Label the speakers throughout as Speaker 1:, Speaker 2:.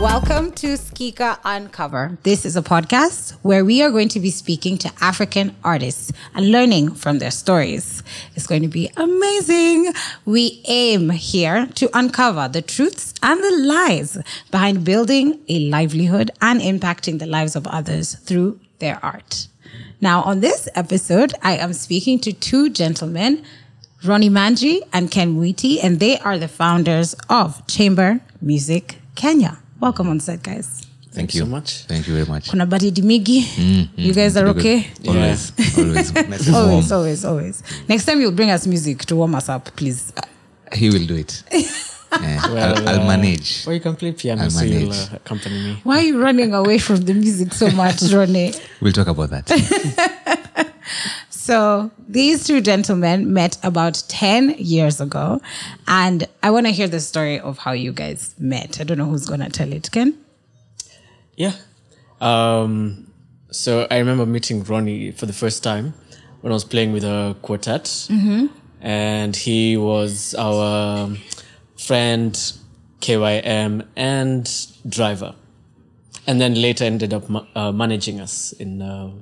Speaker 1: Welcome to Skika Uncover. This is a podcast where we are going to be speaking to African artists and learning from their stories. It's going to be amazing. We aim here to uncover the truths and the lies behind building a livelihood and impacting the lives of others through their art. Now, on this episode, I am speaking to two gentlemen, Ronnie Manji and Ken Wheaty, and they are the founders of Chamber Music Kenya. Welcome on set, guys.
Speaker 2: Thank
Speaker 3: Thank
Speaker 2: you
Speaker 3: you.
Speaker 2: so much.
Speaker 3: Thank you very much.
Speaker 1: Kuna baridi mingi. You guys are okay?
Speaker 3: Always, always. Message
Speaker 1: Always,
Speaker 3: warm.
Speaker 1: always, always. Next time you'll bring us music to warm us up, please.
Speaker 3: He will do it. Yeah, I'll, I'll
Speaker 2: uh,
Speaker 3: manage.
Speaker 2: Or you can play piano,
Speaker 3: I'll
Speaker 2: so you'll
Speaker 3: manage.
Speaker 2: uh, accompany me.
Speaker 1: Why are you running away from the music so much, Ronnie?
Speaker 3: We'll talk about that.
Speaker 1: So these two gentlemen met about 10 years ago. And I want to hear the story of how you guys met. I don't know who's going to tell it. Ken?
Speaker 2: Yeah. Um, so I remember meeting Ronnie for the first time when I was playing with a quartet, and he was our um, friend, KYM, and driver, and then later ended up ma- uh, managing us in uh,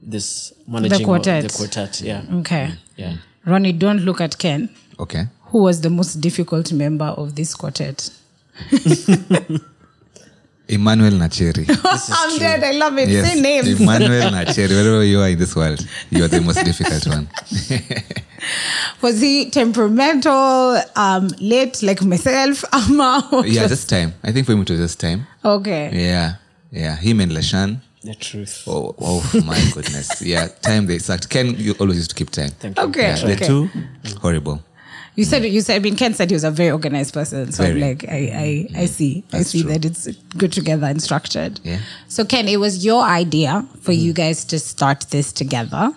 Speaker 2: this managing of
Speaker 1: quartet.
Speaker 2: The quartet, yeah,
Speaker 3: Mm.
Speaker 1: Okay.
Speaker 2: yeah.
Speaker 1: Ronnie, don't look at Ken,
Speaker 3: Okay.
Speaker 1: who was the most difficult member of this quartet.
Speaker 3: Emmanuel Nacheri.
Speaker 1: I'm dead. I love it.
Speaker 3: Yes.
Speaker 1: Say names.
Speaker 3: Emmanuel Nacheri. Wherever you are in this world, you are the most difficult one.
Speaker 1: Was he temperamental, um, late like myself? Ama?
Speaker 3: Yeah, just time. I think for him it was just time.
Speaker 1: Okay.
Speaker 3: Yeah. Yeah. Him and Lashan.
Speaker 2: The truth.
Speaker 3: Oh, oh my goodness. Yeah. Time they sucked. Ken, you always used to keep time.
Speaker 2: Thank you.
Speaker 1: Okay.
Speaker 3: Yeah,
Speaker 1: okay. Mm.
Speaker 3: The two, horrible.
Speaker 1: You said you said I mean Ken said he was a very organized person. So I'm
Speaker 3: Very.
Speaker 1: like I I, I see. I
Speaker 3: That's
Speaker 1: see
Speaker 3: true.
Speaker 1: that it's good together and structured.
Speaker 3: Yeah. Mm-hmm.
Speaker 1: So Ken, it was your idea for you guys to start this together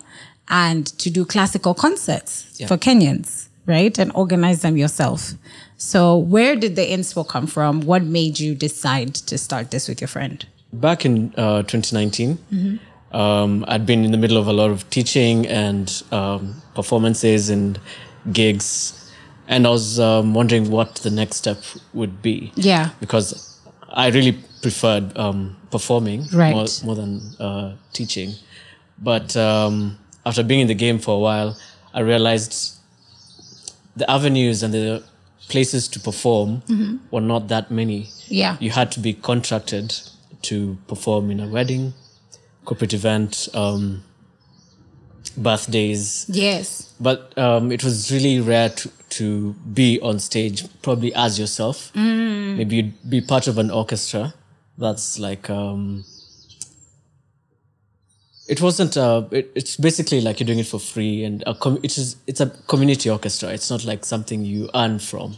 Speaker 1: and to do classical concerts
Speaker 2: Yeah.
Speaker 1: for Kenyans, right? And organize them yourself. So where did the inspo come from? What made you decide to start this with your friend?
Speaker 2: back in uh, 2019 um, i'd been in the middle of a lot of teaching and um, performances and gigs and i was um, wondering what the next step would be
Speaker 1: Yeah.
Speaker 2: because i really preferred um, performing
Speaker 1: Right.
Speaker 2: more, more than uh, teaching but um, after being in the game for a while i realized the avenues and the places to perform
Speaker 1: Mm-hmm.
Speaker 2: were not that many.
Speaker 1: Yeah.
Speaker 2: You had to be contracted to perform in a wedding, corporate event, um, birthdays.
Speaker 1: Yes.
Speaker 2: But um, it was really rare to, to be on stage, probably as yourself.
Speaker 1: Mm.
Speaker 2: Maybe you'd be part of an orchestra. That's like. Um, it wasn't uh it, it's basically like you're doing it for free and a com- it is it's a community orchestra it's not like something you earn from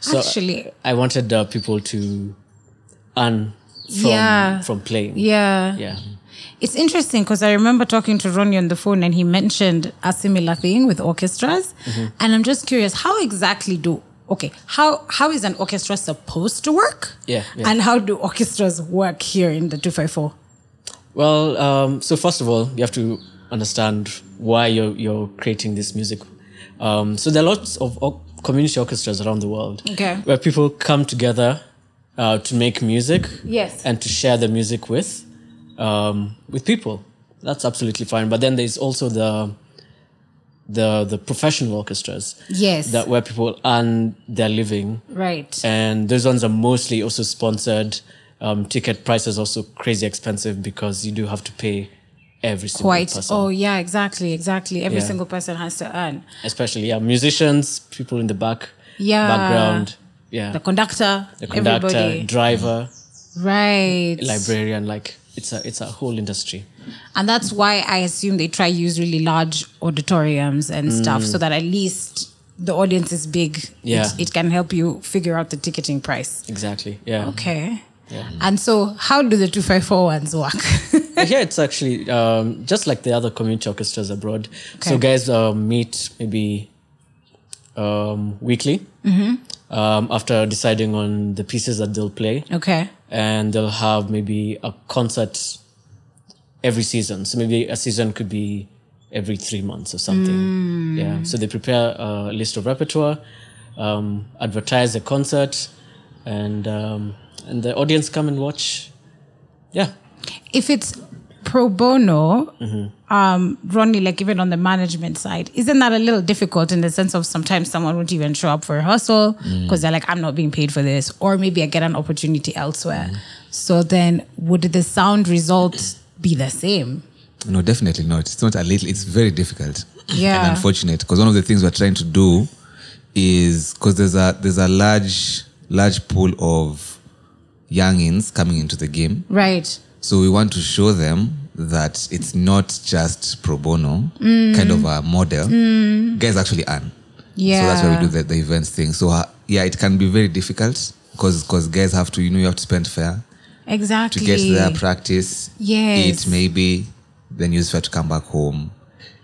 Speaker 2: so
Speaker 1: Actually-
Speaker 2: i wanted uh, people to earn from
Speaker 1: Yeah.
Speaker 2: from playing
Speaker 1: Yeah.
Speaker 2: yeah
Speaker 1: It's interesting because I remember talking to Ronnie on the phone and he mentioned a similar thing with orchestras.
Speaker 2: Mm-hmm.
Speaker 1: And I'm just curious, how exactly do okay, how how is an orchestra supposed to work?
Speaker 2: Yeah, yeah.
Speaker 1: And how do orchestras work here in the two five four?
Speaker 2: well um so first of all you have to understand why you're you're creating this music um so there are lots of or- community orchestras around the world
Speaker 1: Okay.
Speaker 2: where people come together uh, to make music
Speaker 1: Yes.
Speaker 2: and to share the music with um, with people that's absolutely fine but then there's also the the the professional orchestras
Speaker 1: Yes.
Speaker 2: that where people earn their living
Speaker 1: Right.
Speaker 2: and those ones are mostly also sponsored um, ticket prices also crazy expensive because you do have to pay every single
Speaker 1: Quite.
Speaker 2: person
Speaker 1: Oh yeah, exactly, exactly. Every
Speaker 2: Yeah.
Speaker 1: single person has to earn.
Speaker 2: especially yeah musicians people in the back
Speaker 1: Yeah.
Speaker 2: background yeah
Speaker 1: The conductor,
Speaker 2: the conductor
Speaker 1: everybody.
Speaker 2: driver
Speaker 1: Right.
Speaker 2: librarian like it's a it's a whole industry
Speaker 1: And that's why I assume they try use really large auditoriums and stuff so that at least the audience is big.
Speaker 2: Yeah. Mm.
Speaker 1: It, it can help you figure out the ticketing price.
Speaker 2: exactly yeah
Speaker 1: Okay. And so, how do the 254 ones work?
Speaker 2: But yeah it's actually um, just like the other community orchestras abroad so guys uh, meet maybe um, weekly
Speaker 1: Mm-hmm.
Speaker 2: um, after deciding on the pieces that they'll play
Speaker 1: okay.
Speaker 2: and they'll have maybe a concert every season. So maybe a season could be every three months or something. Yeah. So they prepare a list of repertoire, um, advertise the concert, and um, and the audience come and watch. Yeah,
Speaker 1: If it's pro bono,
Speaker 3: Mm-hmm.
Speaker 1: um, Ronnie, like even on the management side, isn't that a little difficult in the sense of sometimes someone won't even show up for a hustle
Speaker 3: Mm.
Speaker 1: because they're like, I'm not being paid for this, or maybe I get an opportunity elsewhere.
Speaker 3: Mm-hmm.
Speaker 1: So then, would the sound result be the same?
Speaker 3: No, definitely not. It's not a little. It's very difficult.
Speaker 1: Yeah.
Speaker 3: And unfortunate because one of the things we're trying to do is because there's a there's a large large pool of youngins coming into the game,
Speaker 1: Right.
Speaker 3: so we want to show them that it's not just pro bono kind of a model. Guys actually earn. So
Speaker 1: Mm. Yeah.
Speaker 3: that's why we do the, the events thing. So uh, yeah, it can be very difficult because because guys have to you know you have to spend fair to
Speaker 1: Exactly.
Speaker 3: get there, practice,
Speaker 1: Yes.
Speaker 3: eat maybe, then use fair to come back home.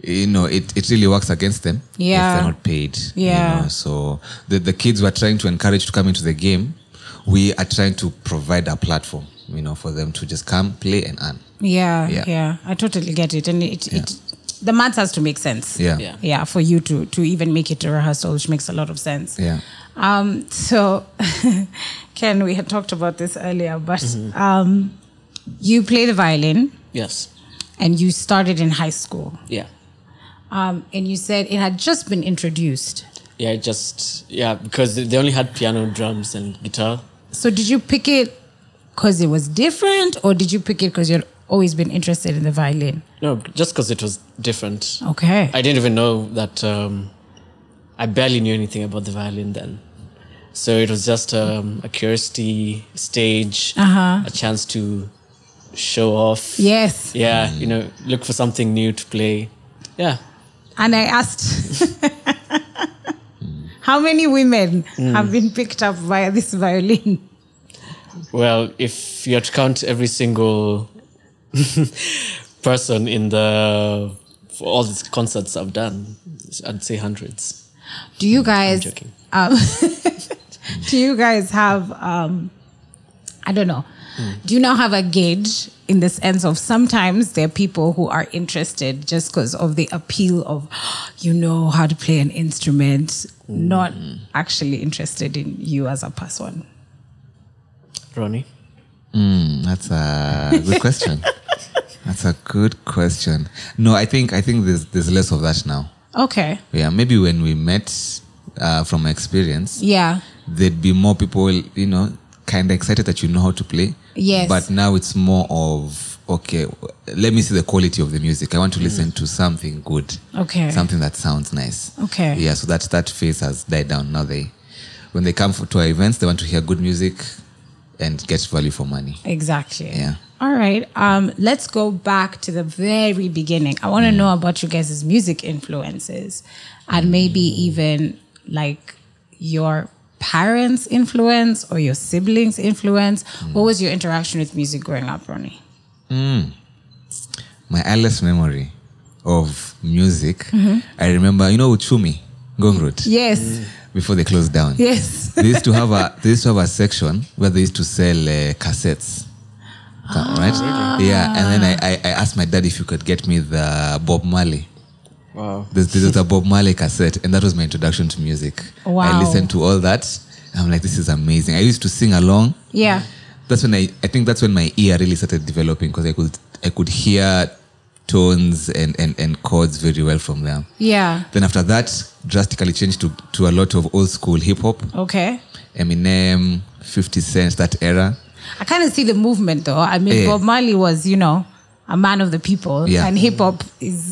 Speaker 3: You know, it, it really works against them.
Speaker 1: Yeah.
Speaker 3: If they're not paid.
Speaker 1: Yeah.
Speaker 3: You know? So the, the kids we're trying to encourage to come into the game, we are trying to provide a platform, you know, for them to just come, play and earn.
Speaker 1: Yeah, yeah,
Speaker 3: Yeah.
Speaker 1: I totally get it, and it, it the math has to make sense.
Speaker 3: Yeah.
Speaker 2: Yeah.
Speaker 1: yeah, for you to to even make it to rehearsal, which makes a lot of sense.
Speaker 3: Yeah.
Speaker 1: Um, so, Ken, we had talked about this earlier, but um, you play the violin,
Speaker 2: yes,
Speaker 1: and you started in high school,
Speaker 2: yeah,
Speaker 1: um, and you said it had just been introduced.
Speaker 2: yeah. it Just yeah, because they only had piano, drums, and guitar.
Speaker 1: So, did you pick it because it was different, or did you pick it because you'd always been interested in the violin?
Speaker 2: No, just because it was different.
Speaker 1: Okay.
Speaker 2: I didn't even know that. Um, I barely knew anything about the violin then, so it was just um, a curiosity stage,
Speaker 1: Uh-huh.
Speaker 2: a chance to show off.
Speaker 1: yes.
Speaker 2: Yeah, you know, look for something new to play. Yeah,
Speaker 1: And I asked, How many women have been picked up by this violin?
Speaker 2: Well, if you had to count every single person in the for all these concerts I've done, I'd say hundreds.
Speaker 1: Do you guys,
Speaker 2: joking.
Speaker 1: um, do you guys have, um, I don't know, do you now have a gauge in the sense of sometimes there are people who are interested just because of the appeal of, you know, how to play an instrument, not actually interested in you as a person?
Speaker 2: Ronnie,
Speaker 3: Mm, That's a good question. That's a good question. No, I think I think there's there's less of that now.
Speaker 1: Okay.
Speaker 3: Yeah, maybe when we met, uh, from my experience,
Speaker 1: Yeah.
Speaker 3: there'd be more people, you know, kind of excited that you know how to play.
Speaker 1: Yes.
Speaker 3: But now it's more of okay, let me see the quality of the music. I want to listen to something good.
Speaker 1: Mm. Okay.
Speaker 3: Something that sounds nice.
Speaker 1: Okay.
Speaker 3: Yeah. So that that phase has died down. Now they, when they come for, to our events, they want to hear good music, and get value for money.
Speaker 1: Exactly.
Speaker 3: Yeah.
Speaker 1: All right. Um, let's go back to the very beginning. I
Speaker 3: Mm.
Speaker 1: want to know about you guys' music influences and maybe
Speaker 3: Mm.
Speaker 1: even like your parents' influence or your siblings' influence.
Speaker 3: Mm.
Speaker 1: What was your interaction with music growing up, Ronnie?
Speaker 3: my earliest memory of music,
Speaker 1: Mm-hmm.
Speaker 3: I remember, you know, Uchumi, Ngong Road,
Speaker 1: Yes.
Speaker 3: before they closed down.
Speaker 1: Yes.
Speaker 3: they used to have a they used to have a section where they used to sell uh, cassettes. Ca-
Speaker 1: Ah.
Speaker 3: right? Yeah, and then I, I, I asked my dad if you could get me the Bob Marley.
Speaker 2: wow,
Speaker 3: This, this is a Bob Marley cassette, and that was my introduction to music.
Speaker 1: Wow.
Speaker 3: I listened to all that. I'm like, this is amazing. I used to sing along
Speaker 1: Yeah.
Speaker 3: that's when I, I think that's when my ear really started developing because I could I could hear tones and, and, and chords very well from them.
Speaker 1: Yeah.
Speaker 3: Then after that, drastically changed to, to a lot of old school hip hop,
Speaker 1: Okay.
Speaker 3: Eminem, 50 Cent, that era.
Speaker 1: I kind of see the movement though. I mean,
Speaker 3: Eh.
Speaker 1: Bob Marley was, you know, a man of the people,
Speaker 3: Yeah.
Speaker 1: and hip hop is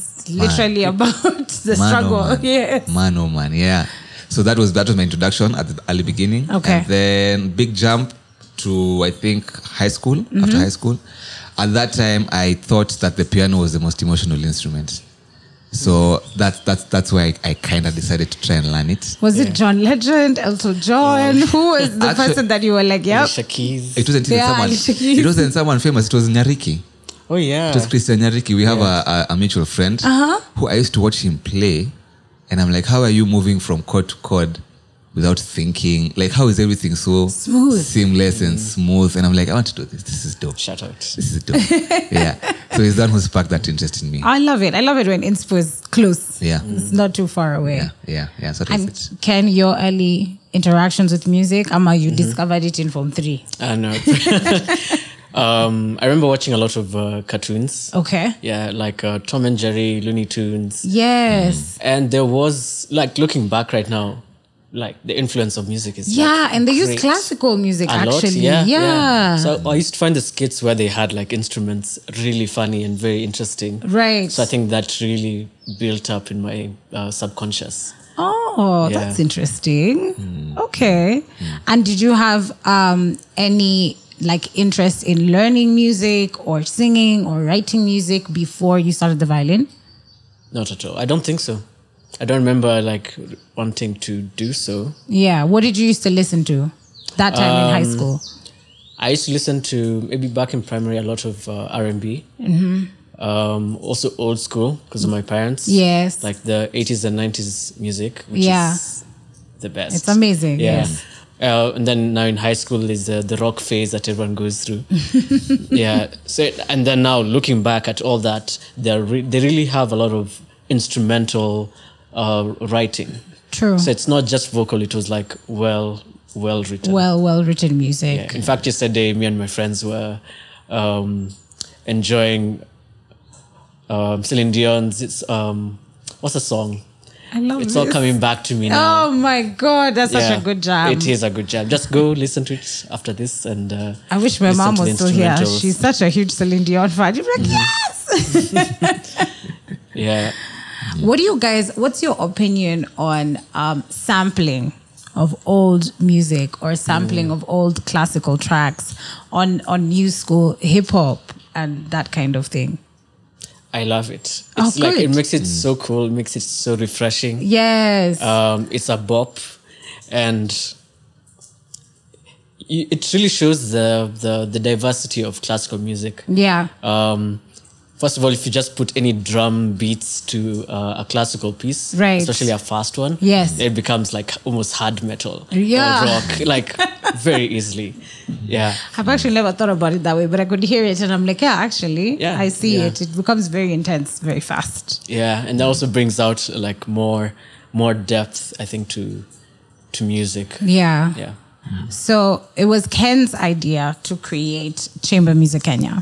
Speaker 1: literally about the struggle.
Speaker 3: Man.
Speaker 1: Yes.
Speaker 3: Man, oh man, yeah. So that was that was my introduction at the early beginning.
Speaker 1: Okay.
Speaker 3: And then big jump to I think high school
Speaker 1: Mm-hmm.
Speaker 3: after high school. At that time, I thought that the piano was the most emotional instrument. So that's that's that's why I, I kind of decided to try and learn it.
Speaker 1: Was it John Legend, Elton John? Who was the
Speaker 3: Actu-
Speaker 1: person that you were like, yep?
Speaker 2: Alicia Keys.
Speaker 3: It wasn't even
Speaker 1: Yeah,
Speaker 3: someone.
Speaker 1: Alicia Keys.
Speaker 3: It wasn't someone famous. It was Nyariki.
Speaker 2: Oh yeah,
Speaker 3: It was Christian Nyariki. We have a, a, a mutual friend who I used to watch him play, and I'm like, how are you moving from chord to chord without thinking. Like, how is everything so
Speaker 1: Smooth.
Speaker 3: seamless and smooth? And I'm like, I want to do this. This is dope.
Speaker 2: Shout out.
Speaker 3: This is dope. yeah. So he's the one who sparked that interest in me.
Speaker 1: I love it. I love it when inspo is close.
Speaker 3: Yeah.
Speaker 1: It's not too far away.
Speaker 3: Yeah. Yeah. Yeah. So that's
Speaker 1: And
Speaker 3: it.
Speaker 1: Ken, your early interactions with music, Ama, you
Speaker 2: Mm-hmm.
Speaker 1: discovered it in Form 3.
Speaker 2: I know. um, I remember watching a lot of uh, cartoons.
Speaker 1: Okay.
Speaker 2: Yeah, like uh, Tom and Jerry, Looney Tunes.
Speaker 1: Yes.
Speaker 2: And there was, like, looking back right now, like the influence of music is. like,
Speaker 1: Yeah, and they use
Speaker 2: great.
Speaker 1: classical music
Speaker 2: A
Speaker 1: actually.
Speaker 2: lot, yeah,
Speaker 1: yeah.
Speaker 2: So I used to find the skits where they had like instruments really funny and very interesting.
Speaker 1: right.
Speaker 2: So I think that really built up in my uh, subconscious.
Speaker 1: Oh,
Speaker 2: Yeah. Hmm.
Speaker 1: that's interesting. Okay. And did you have um, any like interest in learning music or singing or writing music before you started the violin?
Speaker 2: Not at all. I don't think so. I don't remember like wanting to do so.
Speaker 1: Yeah. What did you used to listen to that time in high
Speaker 2: Um,
Speaker 1: school?
Speaker 2: I used to listen to maybe back in primary a lot of uh, R and B. Um, also old school because of my parents.
Speaker 1: Mm-hmm. Yes.
Speaker 2: Like the eighties and nineties music, which
Speaker 1: Yeah.
Speaker 2: is the best.
Speaker 1: It's amazing,
Speaker 2: Yeah.
Speaker 1: yes.
Speaker 2: Uh, and then now in high school is uh, the rock phase that everyone goes through. yeah. So and then now looking back at all that, they re- they really have a lot of instrumental uh, writing.
Speaker 1: True.
Speaker 2: So it's not just vocal; it was like well, well written.
Speaker 1: well, well written music.
Speaker 2: In fact, yesterday, me and my friends were um, enjoying um, Celine Dion's. It's, um, what's the song?
Speaker 1: I love
Speaker 2: It's
Speaker 1: this.
Speaker 2: all coming back to me now.
Speaker 1: Oh my God, that's such
Speaker 2: Yeah.
Speaker 1: a good job.
Speaker 2: It is a good jam. Just go listen to it after this, and uh,
Speaker 1: I wish my
Speaker 2: listen
Speaker 1: mom
Speaker 2: to the
Speaker 1: was still here.
Speaker 2: instrumentals.
Speaker 1: She's such a huge Celine Dion fan. You'd be like,
Speaker 2: Mm-hmm.
Speaker 1: yes!
Speaker 2: yeah.
Speaker 1: What do you guys? What's your opinion on um, sampling of old music or
Speaker 2: Mm.
Speaker 1: sampling of old classical tracks on on new school hip hop and that kind of thing?
Speaker 2: I love it. It's
Speaker 1: Oh,
Speaker 2: like it
Speaker 1: good.
Speaker 2: makes it so cool. Makes it so refreshing.
Speaker 1: Yes,
Speaker 2: um, it's a bop and i- it really shows the, the, the diversity of classical music
Speaker 1: yeah,
Speaker 2: um, first of all if you just put any drum beats to uh, a classical piece
Speaker 1: Right.
Speaker 2: especially a fast one
Speaker 1: Yes.
Speaker 2: it becomes like almost hard metal
Speaker 1: Yeah.
Speaker 2: or rock like very easily yeah
Speaker 1: I've actually never thought about it that way, but I could hear it and I'm like, yeah, actually,
Speaker 2: Yeah,
Speaker 1: I see
Speaker 2: yeah.
Speaker 1: it. It becomes very intense very fast.
Speaker 2: yeah and that also brings out like more more depth i think to to music
Speaker 1: Yeah.
Speaker 2: yeah
Speaker 1: So it was Ken's idea to create Chamber Music Kenya.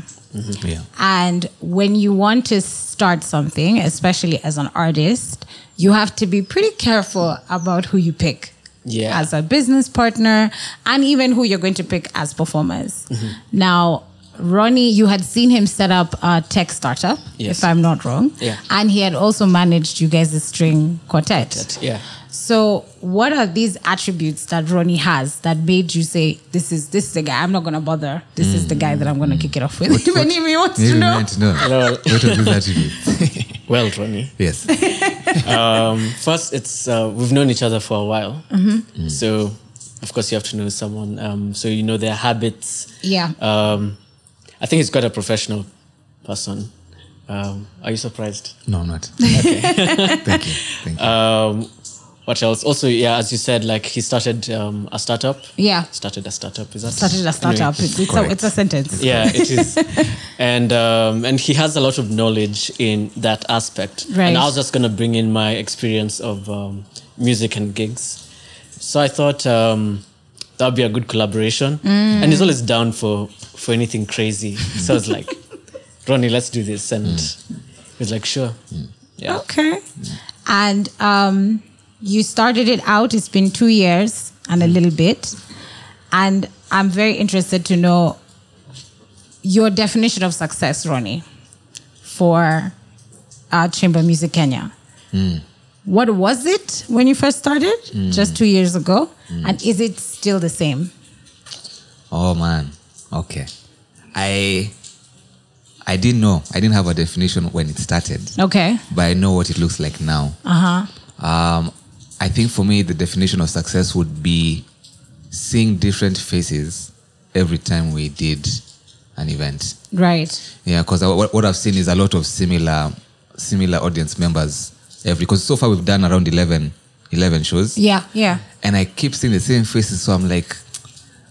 Speaker 3: Yeah.
Speaker 1: And when you want to start something, especially as an artist, you have to be pretty careful about who you pick
Speaker 2: Yeah.
Speaker 1: as a business partner and even who you're going to pick as performers.
Speaker 2: Mm-hmm.
Speaker 1: Now, Ronnie, you had seen him set up a tech startup,
Speaker 2: Yes.
Speaker 1: if I'm not wrong.
Speaker 2: Yeah.
Speaker 1: And he had also managed you guys' string quartet.
Speaker 2: yeah
Speaker 1: So, what are these attributes that Ronnie has that made you say, "This is this is the guy. I'm not gonna bother. This is the guy that I'm
Speaker 3: Mm-hmm.
Speaker 1: gonna kick it off with." Even if he wants to
Speaker 3: Maybe we
Speaker 1: know.
Speaker 3: want to know. What was his attribute?
Speaker 2: well ronnie
Speaker 3: yes.
Speaker 2: First, it's uh, we've known each other for a while,
Speaker 1: Mm-hmm.
Speaker 2: so of course you have to know someone. Um, so you know their habits.
Speaker 1: Yeah.
Speaker 2: Um, I think he's quite a professional person. Um, are you surprised?
Speaker 3: No, I'm not. Thank you. Thank you.
Speaker 2: Um, what else? Also, yeah, as you said, like he started um, a startup.
Speaker 1: Yeah.
Speaker 2: started a startup. Is that
Speaker 1: Started a startup.
Speaker 2: Anyway,
Speaker 1: it's, it's, a,
Speaker 3: correct.
Speaker 1: it's a sentence.
Speaker 2: yeah, it is, and um, and he has a lot of knowledge in that aspect.
Speaker 1: Right.
Speaker 2: And I was just gonna bring in my experience of um, music and gigs, so I thought um, that would be a good collaboration.
Speaker 1: Mm.
Speaker 2: And he's always down for for anything crazy. So I was like, Ronnie, let's do this, and
Speaker 1: Mm.
Speaker 2: he's like, sure. Yeah.
Speaker 1: Okay. And um, you started it out. It's been two years and a little bit, and I'm very interested to know your definition of success, Ronnie, for uh, Chamber Music Kenya.
Speaker 3: Hmm.
Speaker 1: What was it when you first started, just two years ago,
Speaker 3: Hmm.
Speaker 1: and is it still the same?
Speaker 3: Oh man. Okay. I I didn't know. I didn't have a definition when it started,
Speaker 1: Okay.
Speaker 3: but I know what it looks like now.
Speaker 1: Uh huh.
Speaker 3: Um, I think for me the definition of success would be seeing different faces every time we did an event.
Speaker 1: Right.
Speaker 3: Yeah, because what, what I've seen is a lot of similar similar audience members every. Because so far we've done around eleven 11 shows
Speaker 1: Yeah, yeah.
Speaker 3: and I keep seeing the same faces. So I'm like,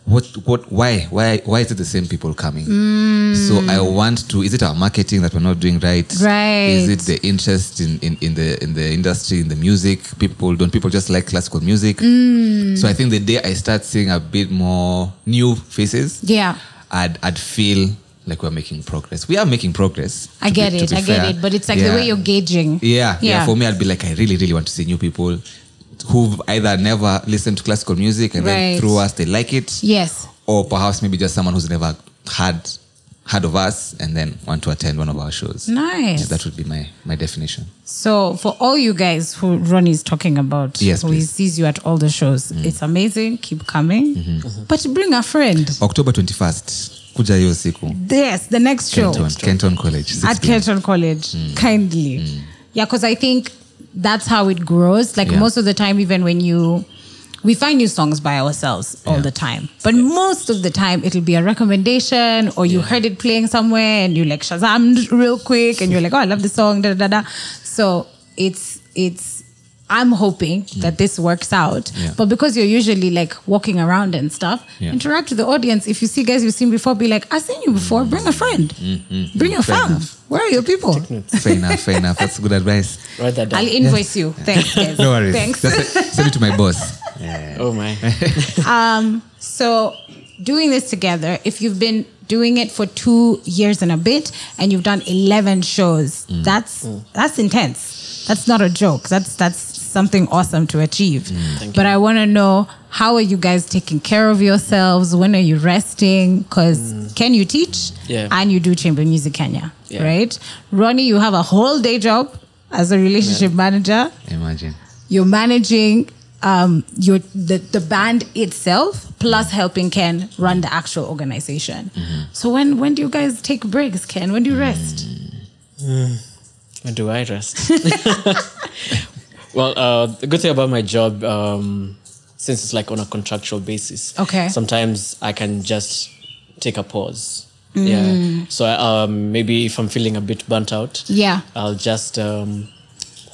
Speaker 3: what, what, why, why, why is it the same people coming?
Speaker 1: Mm.
Speaker 3: So I want to. Is it our marketing that we're not doing right?
Speaker 1: Right.
Speaker 3: Is it the interest in, in, in the in the industry in the music? People don't people just like classical music?
Speaker 1: Mm.
Speaker 3: So I think the day I start seeing a bit more new faces,
Speaker 1: Yeah.
Speaker 3: I'd I'd feel like we're making progress. We are making progress.
Speaker 1: I
Speaker 3: to
Speaker 1: get
Speaker 3: be- to
Speaker 1: it.
Speaker 3: be
Speaker 1: I get
Speaker 3: fair.
Speaker 1: it. But it's like the
Speaker 3: Yeah.
Speaker 1: way you're gauging.
Speaker 3: Yeah, yeah, For me, I'd be like, I really, really want to see new people who've either never listened to classical music and
Speaker 1: Right.
Speaker 3: then through us they like it,
Speaker 1: Yes.
Speaker 3: or perhaps maybe just someone who's never had heard of us and then want to attend one of our shows.
Speaker 1: Nice.
Speaker 3: That would be my my definition.
Speaker 1: So for all you guys who Ronnie is talking about,
Speaker 3: Yes,
Speaker 1: who he
Speaker 3: please. Mm.
Speaker 1: sees you at all the shows, it's amazing. Keep coming,
Speaker 3: Mm-hmm.
Speaker 1: but bring a friend.
Speaker 3: October twenty first, kuja hiyo siku.
Speaker 1: Yes, the next show
Speaker 3: Kenton, Kenton College. 6
Speaker 1: at
Speaker 3: p.m.
Speaker 1: Kenton College,
Speaker 3: Hmm.
Speaker 1: kindly. Yeah, because I think that's how it grows. Like
Speaker 3: Yeah.
Speaker 1: most of the time, even when you. We find new songs by ourselves all the time. But most of the time, it'll be a recommendation or you heard it playing somewhere and you like Shazam real quick and you're like, oh, I love the song, da da da. da. So it's, it's, I'm hoping that this works out.
Speaker 3: Hmm. Yeah.
Speaker 1: But because you're usually like walking around and stuff,
Speaker 3: Yeah.
Speaker 1: interact with the audience. If you see guys you've seen before, be like, I've seen you
Speaker 3: Hmm.
Speaker 1: before, bring a friend. Bring your
Speaker 3: Fair
Speaker 1: fam.
Speaker 3: enough.
Speaker 1: Where are your people?
Speaker 3: Fair enough, fair enough. That's good advice.
Speaker 2: Write that down.
Speaker 1: I'll e- invoice you. Thanks, guys.
Speaker 3: No worries.
Speaker 1: Thanks.
Speaker 3: Just send it to my boss.
Speaker 2: oh my.
Speaker 1: So, doing this together, if you've been doing it for two years and a bit, and you've done eleven shows, that's that's intense. That's not a joke. That's that's something awesome to achieve. But I want to know how are you guys taking care of yourselves? When are you resting? Because can you teach?
Speaker 2: Yeah.
Speaker 1: And you do chamber music Kenya,
Speaker 2: Yeah.
Speaker 1: right? Ronnie, you have a whole day job as a relationship manager
Speaker 3: Imagine.
Speaker 1: you're managing um, your the, the band itself plus helping Ken run the actual organization. So when when do you guys take breaks, Ken? When do you rest?
Speaker 2: When do I rest? well, uh, the good thing about my job, um, since it's like on a contractual basis,
Speaker 1: Okay.
Speaker 2: Sometimes I can just take a pause.
Speaker 1: Mm.
Speaker 2: Yeah. So I, um, maybe if I'm feeling a bit burnt out,
Speaker 1: Yeah.
Speaker 2: I'll just um,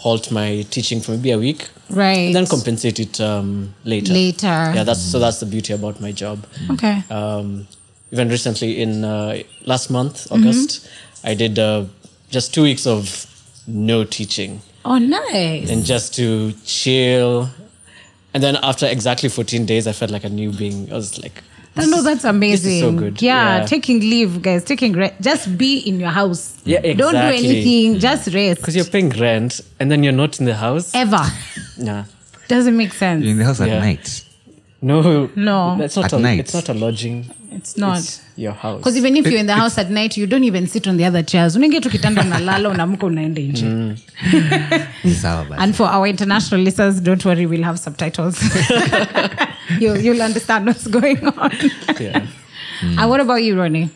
Speaker 2: halt my teaching for maybe a week.
Speaker 1: Right.
Speaker 2: Then compensate it um, later.
Speaker 1: Later.
Speaker 2: Yeah, that's so. That's the beauty about my job.
Speaker 1: okay.
Speaker 2: um, even recently in uh, last month august
Speaker 1: Mm-hmm.
Speaker 2: i did uh, just two weeks of no teaching
Speaker 1: oh, nice.
Speaker 2: and just to chill and then after exactly 14 days i felt like a new being i was like
Speaker 1: I know that's amazing.
Speaker 2: this is so good.
Speaker 1: Yeah,
Speaker 2: Yeah.
Speaker 1: taking leave, guys. Taking re- just be in your house.
Speaker 2: Yeah,
Speaker 1: Don't do
Speaker 2: exactly.
Speaker 1: anything. Just rest.
Speaker 2: because you're paying rent and then you're not in the house
Speaker 1: Ever
Speaker 2: nah
Speaker 1: doesn't make sense.
Speaker 3: You're in the house at
Speaker 2: Yeah.
Speaker 3: night.
Speaker 2: no
Speaker 1: No.
Speaker 2: that's not a,
Speaker 3: At night.
Speaker 2: it's not a lodging
Speaker 1: It's not.
Speaker 2: it's your house
Speaker 1: Because even if you're in the house at night, you don't even sit on the other chairs. Unaingia tu kitanda unalala, unaamka unaenda nje.
Speaker 3: Sawa basi.
Speaker 1: And for our international listeners, don't worry, we'll have subtitles. you, you'll understand what's going on.
Speaker 2: Yeah.
Speaker 1: And what about you, Ronnie?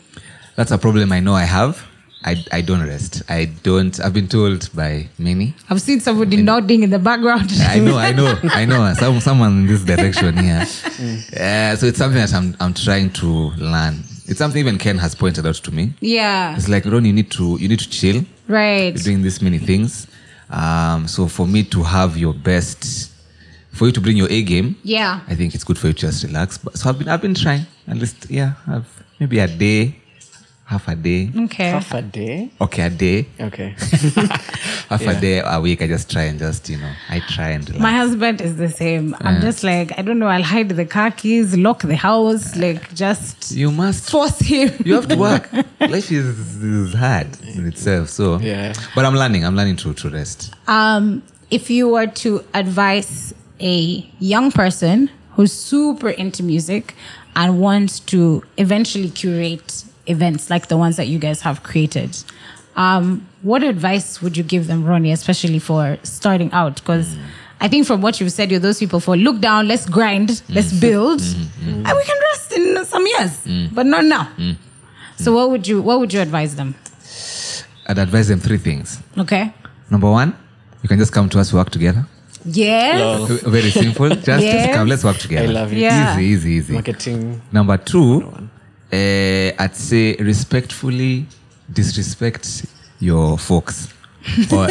Speaker 3: That's a problem I know I have. I, I don't rest. I don't. I've been told by many.
Speaker 1: I've seen somebody nodding in the background.
Speaker 3: I know, I know, I know. Some, someone in this direction here. Uh, so it's something that I'm, I'm trying to learn. It's something even Ken has pointed out to me.
Speaker 1: Yeah,
Speaker 3: It's like Ron, you need to you need to chill.
Speaker 1: right.
Speaker 3: You're doing this many things. Um, so for me to have your best, for you to bring your A game,
Speaker 1: Yeah.
Speaker 3: I think it's good for you to just relax. But, so I've been I've been trying at least yeah, I've maybe a day, half a day.
Speaker 1: Okay.
Speaker 2: half a day
Speaker 3: Okay, a day.
Speaker 2: okay
Speaker 3: half a day a week i just try and just you know i try and relax.
Speaker 1: My husband is the same. I'm just like, I don't know, I'll hide the car keys, lock the house, like just
Speaker 3: you must
Speaker 1: force him.
Speaker 3: you have to work life is, is hard in itself so
Speaker 2: Yeah.
Speaker 3: but i'm learning i'm learning to, to rest
Speaker 1: Um, if you were to advise a young person who's super into music and wants to eventually curate events like the ones that you guys have created, um, what advice would you give them, Ronnie, especially for starting out? Because I think from what you've said, you're those people for look down, let's grind, let's build, and we can rest in some years, but not now. So, what would you what would you advise them?
Speaker 3: i'd advise them three things
Speaker 1: Okay.
Speaker 3: number one you can just come to us work together
Speaker 1: Yes.
Speaker 2: Lol.
Speaker 3: very simple just, just
Speaker 1: Yes.
Speaker 3: come let's work together
Speaker 2: I love it.
Speaker 1: Yeah.
Speaker 3: easy easy easy
Speaker 2: marketing
Speaker 3: number two uh, i'd say respectfully disrespect your folks or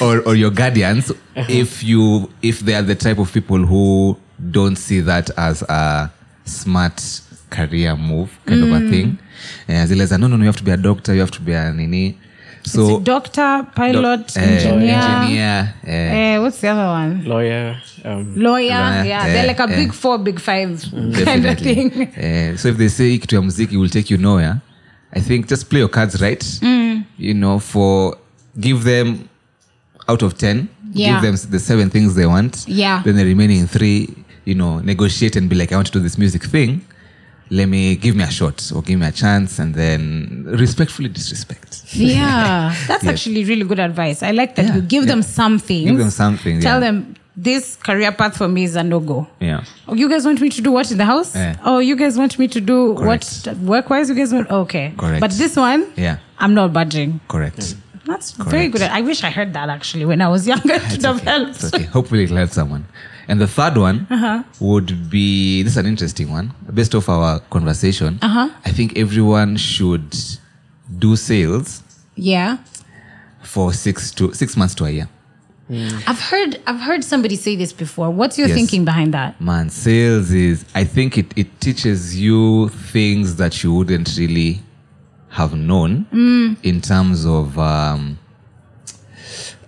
Speaker 3: or, or your guardians if you if they are the type of people who don't see that as a smart career move kind of a thing Eh, zile za no no no you have to be a doctor you have to be a nini so
Speaker 1: Doctor, pilot,
Speaker 3: doc- eh,
Speaker 1: engineer.
Speaker 3: engineer, eh,
Speaker 1: Eh, what's the other one?
Speaker 2: lawyer. Um,
Speaker 1: Lawyer.
Speaker 3: Lawyer,
Speaker 1: Yeah,
Speaker 3: eh,
Speaker 1: they're like a
Speaker 3: eh.
Speaker 1: big four, big five kind of
Speaker 3: Definitely.
Speaker 1: thing.
Speaker 3: Eh, so if they say kitu ya muziki will take you nowhere i think just play your cards right
Speaker 1: Mm.
Speaker 3: you know for give them out of 10
Speaker 1: Yeah.
Speaker 3: give them the seven things they want
Speaker 1: Yeah.
Speaker 3: then the remaining three you know negotiate and be like i want to do this music thing let me give me a shot or give me a chance and then respectfully disrespect
Speaker 1: Yeah, that's
Speaker 3: Yes.
Speaker 1: actually really good advice. I like that
Speaker 3: Yeah,
Speaker 1: you give
Speaker 3: yeah.
Speaker 1: them something.
Speaker 3: Give them something,
Speaker 1: Tell
Speaker 3: yeah.
Speaker 1: them this career path for me is a no go.
Speaker 3: yeah
Speaker 1: Oh, you guys want me to do what in the house?
Speaker 3: Eh.
Speaker 1: Oh, you guys want me to do
Speaker 3: Correct.
Speaker 1: what work wise? You guys want okay.
Speaker 3: Correct.
Speaker 1: But this one,
Speaker 3: yeah
Speaker 1: I'm not budging.
Speaker 3: correct
Speaker 1: That's very good. I wish I heard that actually when I was younger. It would have helped.
Speaker 3: It's okay. Hopefully, it'll help someone. And the third one would be this is an interesting one. Based off our conversation, I think everyone should do sales
Speaker 1: Yeah.
Speaker 3: for six to six months to a year.
Speaker 1: I've heard I've heard somebody say this before. What's your
Speaker 3: Yes.
Speaker 1: thinking behind that?
Speaker 3: Man, sales is I think it, it teaches you things that you wouldn't really have known in terms of um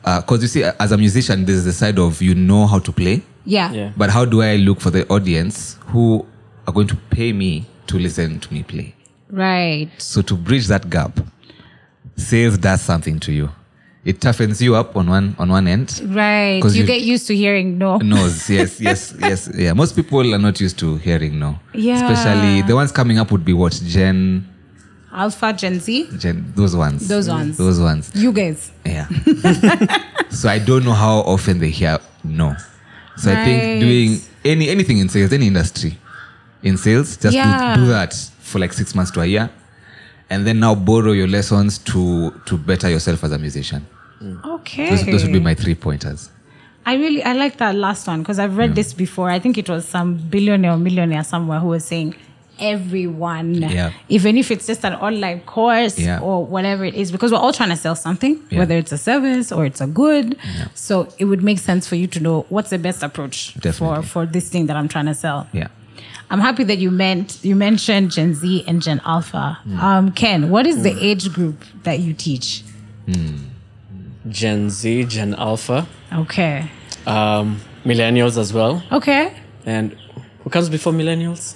Speaker 3: because you see, as a musician, there's the side of you know how to play,
Speaker 1: Yeah.
Speaker 2: yeah.
Speaker 3: But how do I look for the audience who are going to pay me to listen to me play?
Speaker 1: Right.
Speaker 3: So to bridge that gap, sales does something to you. It toughens you up on one on one end.
Speaker 1: Right.
Speaker 3: 'Cause
Speaker 1: You,
Speaker 3: you-
Speaker 1: get used to hearing no.
Speaker 3: No's, yes, yes, yes. Yeah. Most people are not used to hearing no.
Speaker 1: Yeah.
Speaker 3: Especially the ones coming up would be what? Gen
Speaker 1: Alpha Gen Z.
Speaker 3: Gen those ones.
Speaker 1: Those ones.
Speaker 3: Those ones.
Speaker 1: You guys.
Speaker 3: Yeah. so I don't know how often they hear no. So I
Speaker 1: Right.
Speaker 3: think doing any anything in sales, any industry in sales, just
Speaker 1: Yeah.
Speaker 3: do, do that for like six months to a year. And then now borrow your lessons to to better yourself as a musician.
Speaker 1: Okay.
Speaker 3: Those, those would be my three pointers.
Speaker 1: I really I like that last one because I've read this before. I think it was some billionaire or millionaire somewhere who was saying everyone,
Speaker 3: Yeah.
Speaker 1: even if it's just an online course
Speaker 3: Yeah.
Speaker 1: or whatever it is, because we're all trying to sell something,
Speaker 3: Yeah.
Speaker 1: whether it's a service or it's a good. So it would make sense for you to know what's the best approach for
Speaker 3: Definitely.
Speaker 1: for this thing that I'm trying to sell.
Speaker 3: Yeah.
Speaker 1: I'm happy that you meant you mentioned Gen Z and Gen Alpha.
Speaker 2: Hmm.
Speaker 1: Um, Ken, what is the age group that you teach?
Speaker 2: Gen Z, Gen Alpha,
Speaker 1: Okay,
Speaker 2: um, millennials as well.
Speaker 1: okay.
Speaker 2: And who comes before millennials?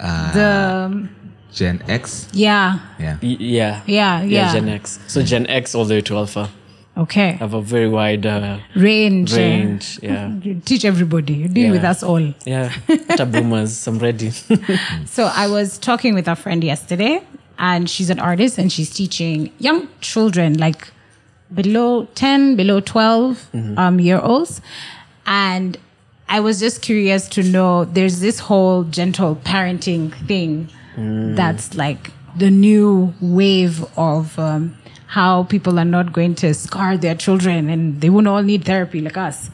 Speaker 2: Ah.
Speaker 1: the
Speaker 3: Gen X.
Speaker 1: yeah,
Speaker 3: Yeah.
Speaker 2: Y- yeah.
Speaker 1: Yeah, yeah.
Speaker 2: Gen X. So Gen X all the way to Alpha.
Speaker 1: okay.
Speaker 2: Have a very wide uh,
Speaker 1: range.
Speaker 2: range. Yeah.
Speaker 1: You teach everybody. You deal
Speaker 2: Yeah.
Speaker 1: with us all.
Speaker 2: Yeah. Utter boomers. I'm ready.
Speaker 1: So I was talking with a friend yesterday, and she's an artist, and she's teaching young children, like below ten, below 12 um, year olds, and. I was just curious to know there's this whole gentle parenting thing that's like the new wave of um, how people are not going to scar their children and they won't all need therapy like us.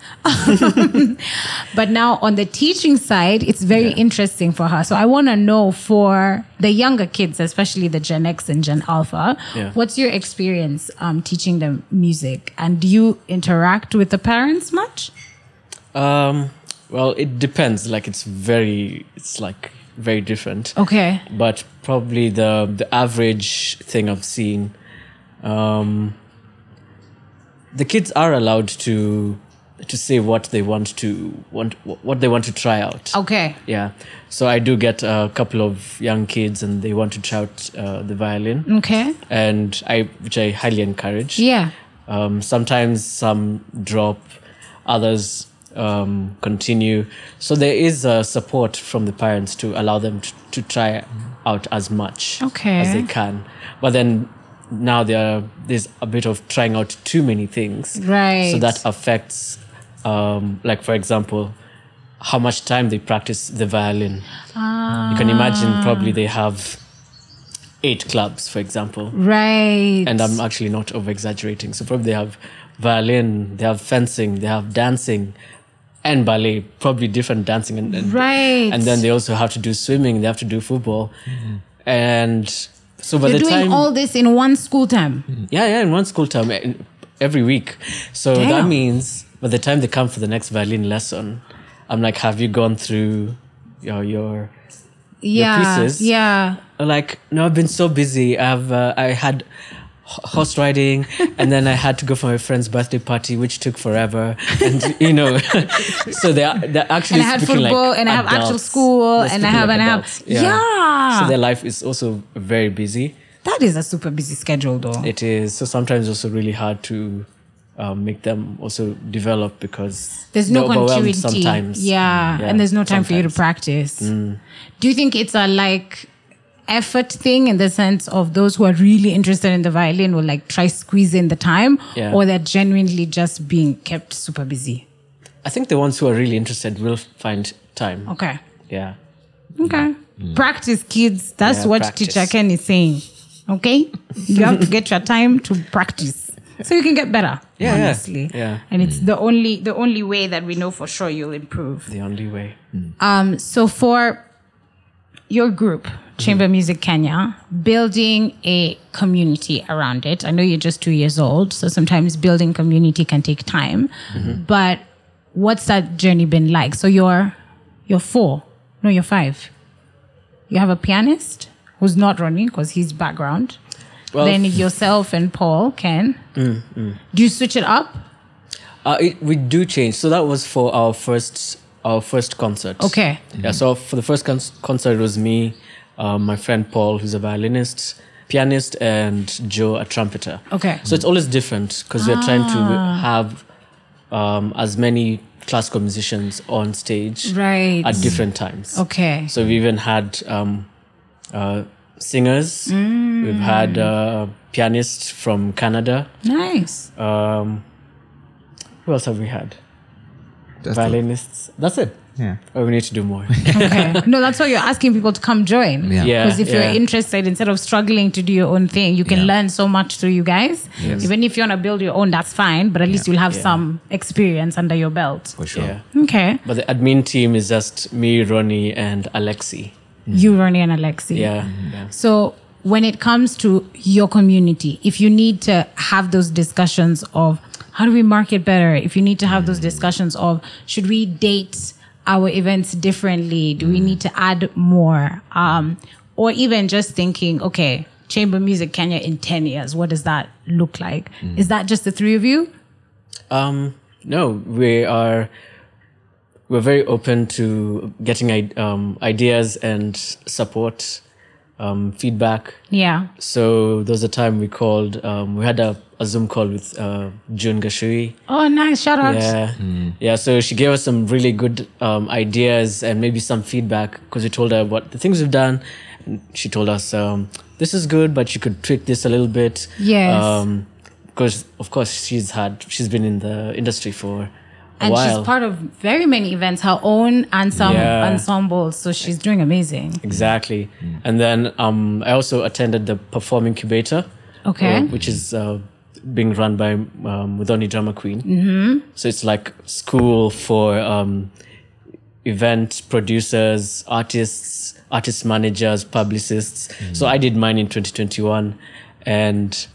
Speaker 1: but now on the teaching side, it's very interesting for her. So I want to know for the younger kids, especially the Gen X and Gen Alpha,
Speaker 2: Yeah.
Speaker 1: what's your experience um, teaching them music? And do you interact with the parents much?
Speaker 2: um, well, it depends. Like it's very, it's like very different.
Speaker 1: Okay.
Speaker 2: but probably the the average thing I've seen, um, the kids are allowed to to say what they want to want what they want to try out.
Speaker 1: Okay.
Speaker 2: Yeah, so I do get a couple of young kids and they want to try out uh, the violin,
Speaker 1: Okay.
Speaker 2: and I which I highly encourage.
Speaker 1: Yeah.
Speaker 2: Um, sometimes some drop, others um, continue. So there is uh, support from the parents to allow them to, to try out as much
Speaker 1: Okay.
Speaker 2: as they can. But then now there there's a bit of trying out too many things, So
Speaker 1: Right.
Speaker 2: that affects, um, like for example, how much time they practice the violin. You can
Speaker 1: Ah.
Speaker 2: imagine probably they have eight clubs, for example
Speaker 1: Right.
Speaker 2: and I'm actually not over exaggerating. So probably they have violin, they have fencing, they have dancing, and ballet. Probably different dancing and, and
Speaker 1: Right.
Speaker 2: And then they also have to do swimming. They have to do football, and so by
Speaker 1: You're
Speaker 2: the
Speaker 1: Mm-hmm. doing
Speaker 2: time
Speaker 1: all this in one school time.
Speaker 2: yeah yeah in one school term, and every week. So that
Speaker 1: Damn.
Speaker 2: means by the time they come for the next violin lesson, I'm like, have you gone through your your
Speaker 1: Yeah.
Speaker 2: pieces.
Speaker 1: Yeah.
Speaker 2: like no i've been so busy i've uh, i had ho- horse riding and then i had to go for my friend's birthday party which took forever and you know so they're they're actually
Speaker 1: And I had
Speaker 2: speaking
Speaker 1: football,
Speaker 2: like
Speaker 1: and I have actual
Speaker 2: adults.
Speaker 1: school,
Speaker 2: They're
Speaker 1: and I
Speaker 2: speaking
Speaker 1: have-
Speaker 2: like
Speaker 1: and I have-
Speaker 2: adults.
Speaker 1: Yeah.
Speaker 2: so their life is also very busy
Speaker 1: That is a super busy schedule, though.
Speaker 2: it is so sometimes also really hard to um, make them also develop because
Speaker 1: there's no
Speaker 2: they're overwhelmed
Speaker 1: continuity.
Speaker 2: sometimes Mm,
Speaker 1: Yeah.
Speaker 2: Yeah,
Speaker 1: and there's no time for you to practice. Do you think it's a like effort thing in the sense of those who are really interested in the violin will like try squeeze in the time,
Speaker 2: Yeah.
Speaker 1: or they're genuinely just being kept super busy?
Speaker 2: i think the ones who are really interested will find time
Speaker 1: Okay.
Speaker 2: yeah
Speaker 1: Okay. Practice, kids. That's
Speaker 2: Mm. Yeah,
Speaker 1: what
Speaker 2: practice.
Speaker 1: Teacher Ken is saying. Okay? You have to get your time to practice so you can get better.
Speaker 2: Yeah, yeah.
Speaker 1: honestly.
Speaker 2: Yeah. Mm.
Speaker 1: And it's the only the only way that we know for sure you'll improve.
Speaker 2: the only way
Speaker 1: Um, so for your group, Chamber
Speaker 2: Mm-hmm.
Speaker 1: Music Kenya, building a community around it. I know you're just two years old, so sometimes building community can take time.
Speaker 2: Mm-hmm.
Speaker 1: But what's that journey been like? So you're you're four, no, you're five. You have a pianist who's not running because his background.
Speaker 2: Well-
Speaker 1: then
Speaker 2: Mm,
Speaker 1: yourself and Paul Ken. Do you switch it up?
Speaker 2: Uh, it, we do change. So that was for our first our first concert.
Speaker 1: Okay.
Speaker 2: Yeah. So for the first con- concert, it was me, um, my friend Paul, who's a violinist, pianist, and Joe, a trumpeter.
Speaker 1: Okay.
Speaker 2: So it's always different because we're trying to
Speaker 1: Ah.
Speaker 2: have um, as many classical musicians on stage
Speaker 1: Right.
Speaker 2: at different times.
Speaker 1: Okay.
Speaker 2: So we even had um, uh, singers.
Speaker 1: Mm.
Speaker 2: We've had uh, pianists from Canada.
Speaker 1: Nice.
Speaker 2: Um, who else have we had?
Speaker 3: That's
Speaker 2: violinists. That's it.
Speaker 3: all. Yeah.
Speaker 2: Oh, we need to do more.
Speaker 1: Okay. no, that's why you're asking people to come join.
Speaker 3: Yeah.
Speaker 2: yeah.
Speaker 1: Because if
Speaker 2: yeah.
Speaker 1: you're interested, instead of struggling to do your own thing, you can
Speaker 3: Yeah.
Speaker 1: learn so much through you guys.
Speaker 3: Yes.
Speaker 1: Even if you want to build your own, that's fine, but at least you'll have
Speaker 2: Yeah.
Speaker 1: some experience under your belt.
Speaker 3: For sure.
Speaker 2: yeah.
Speaker 1: Okay.
Speaker 2: But the admin team is just me, Ronnie, and Alexi.
Speaker 3: Mm.
Speaker 1: You, Ronnie, and Alexi.
Speaker 2: Yeah. yeah.
Speaker 1: So when it comes to your community, if you need to have those discussions of how do we market better, if you need to have
Speaker 2: Mm.
Speaker 1: those discussions of should we date our events differently, do we need to
Speaker 2: Mm.
Speaker 1: add more, um, or even just thinking, okay, chamber music Kenya in ten years, what does that look like?
Speaker 2: Mm.
Speaker 1: Is that just the three of you?
Speaker 2: Um, no, we are. We're very open to getting i- um, ideas and support, um, feedback.
Speaker 1: Yeah.
Speaker 2: So there was a time we called. Um, we had a, a Zoom call with uh, June Gashui.
Speaker 1: Oh, nice. Shout out.
Speaker 2: Yeah. Yeah. So she gave us some really good um, ideas and maybe some feedback because we told her what the things we've done. And she told us, um, this is good, but you could tweak this a little bit.
Speaker 1: Yes.
Speaker 2: Because, of course, she's had, she's been in the industry for a
Speaker 1: And
Speaker 2: while.
Speaker 1: she's part of very many events, her own and some
Speaker 2: Yeah.
Speaker 1: ensembles. So she's doing amazing.
Speaker 2: exactly. And then um, I also attended the Perform Incubator.
Speaker 1: Okay.
Speaker 2: uh, which is uh, being run by um, Mudoni Drama Queen. Mm-hmm. So it's like school for um, event producers, artists, artist managers, publicists. So
Speaker 1: Mm-hmm.
Speaker 2: I did mine in 2021, and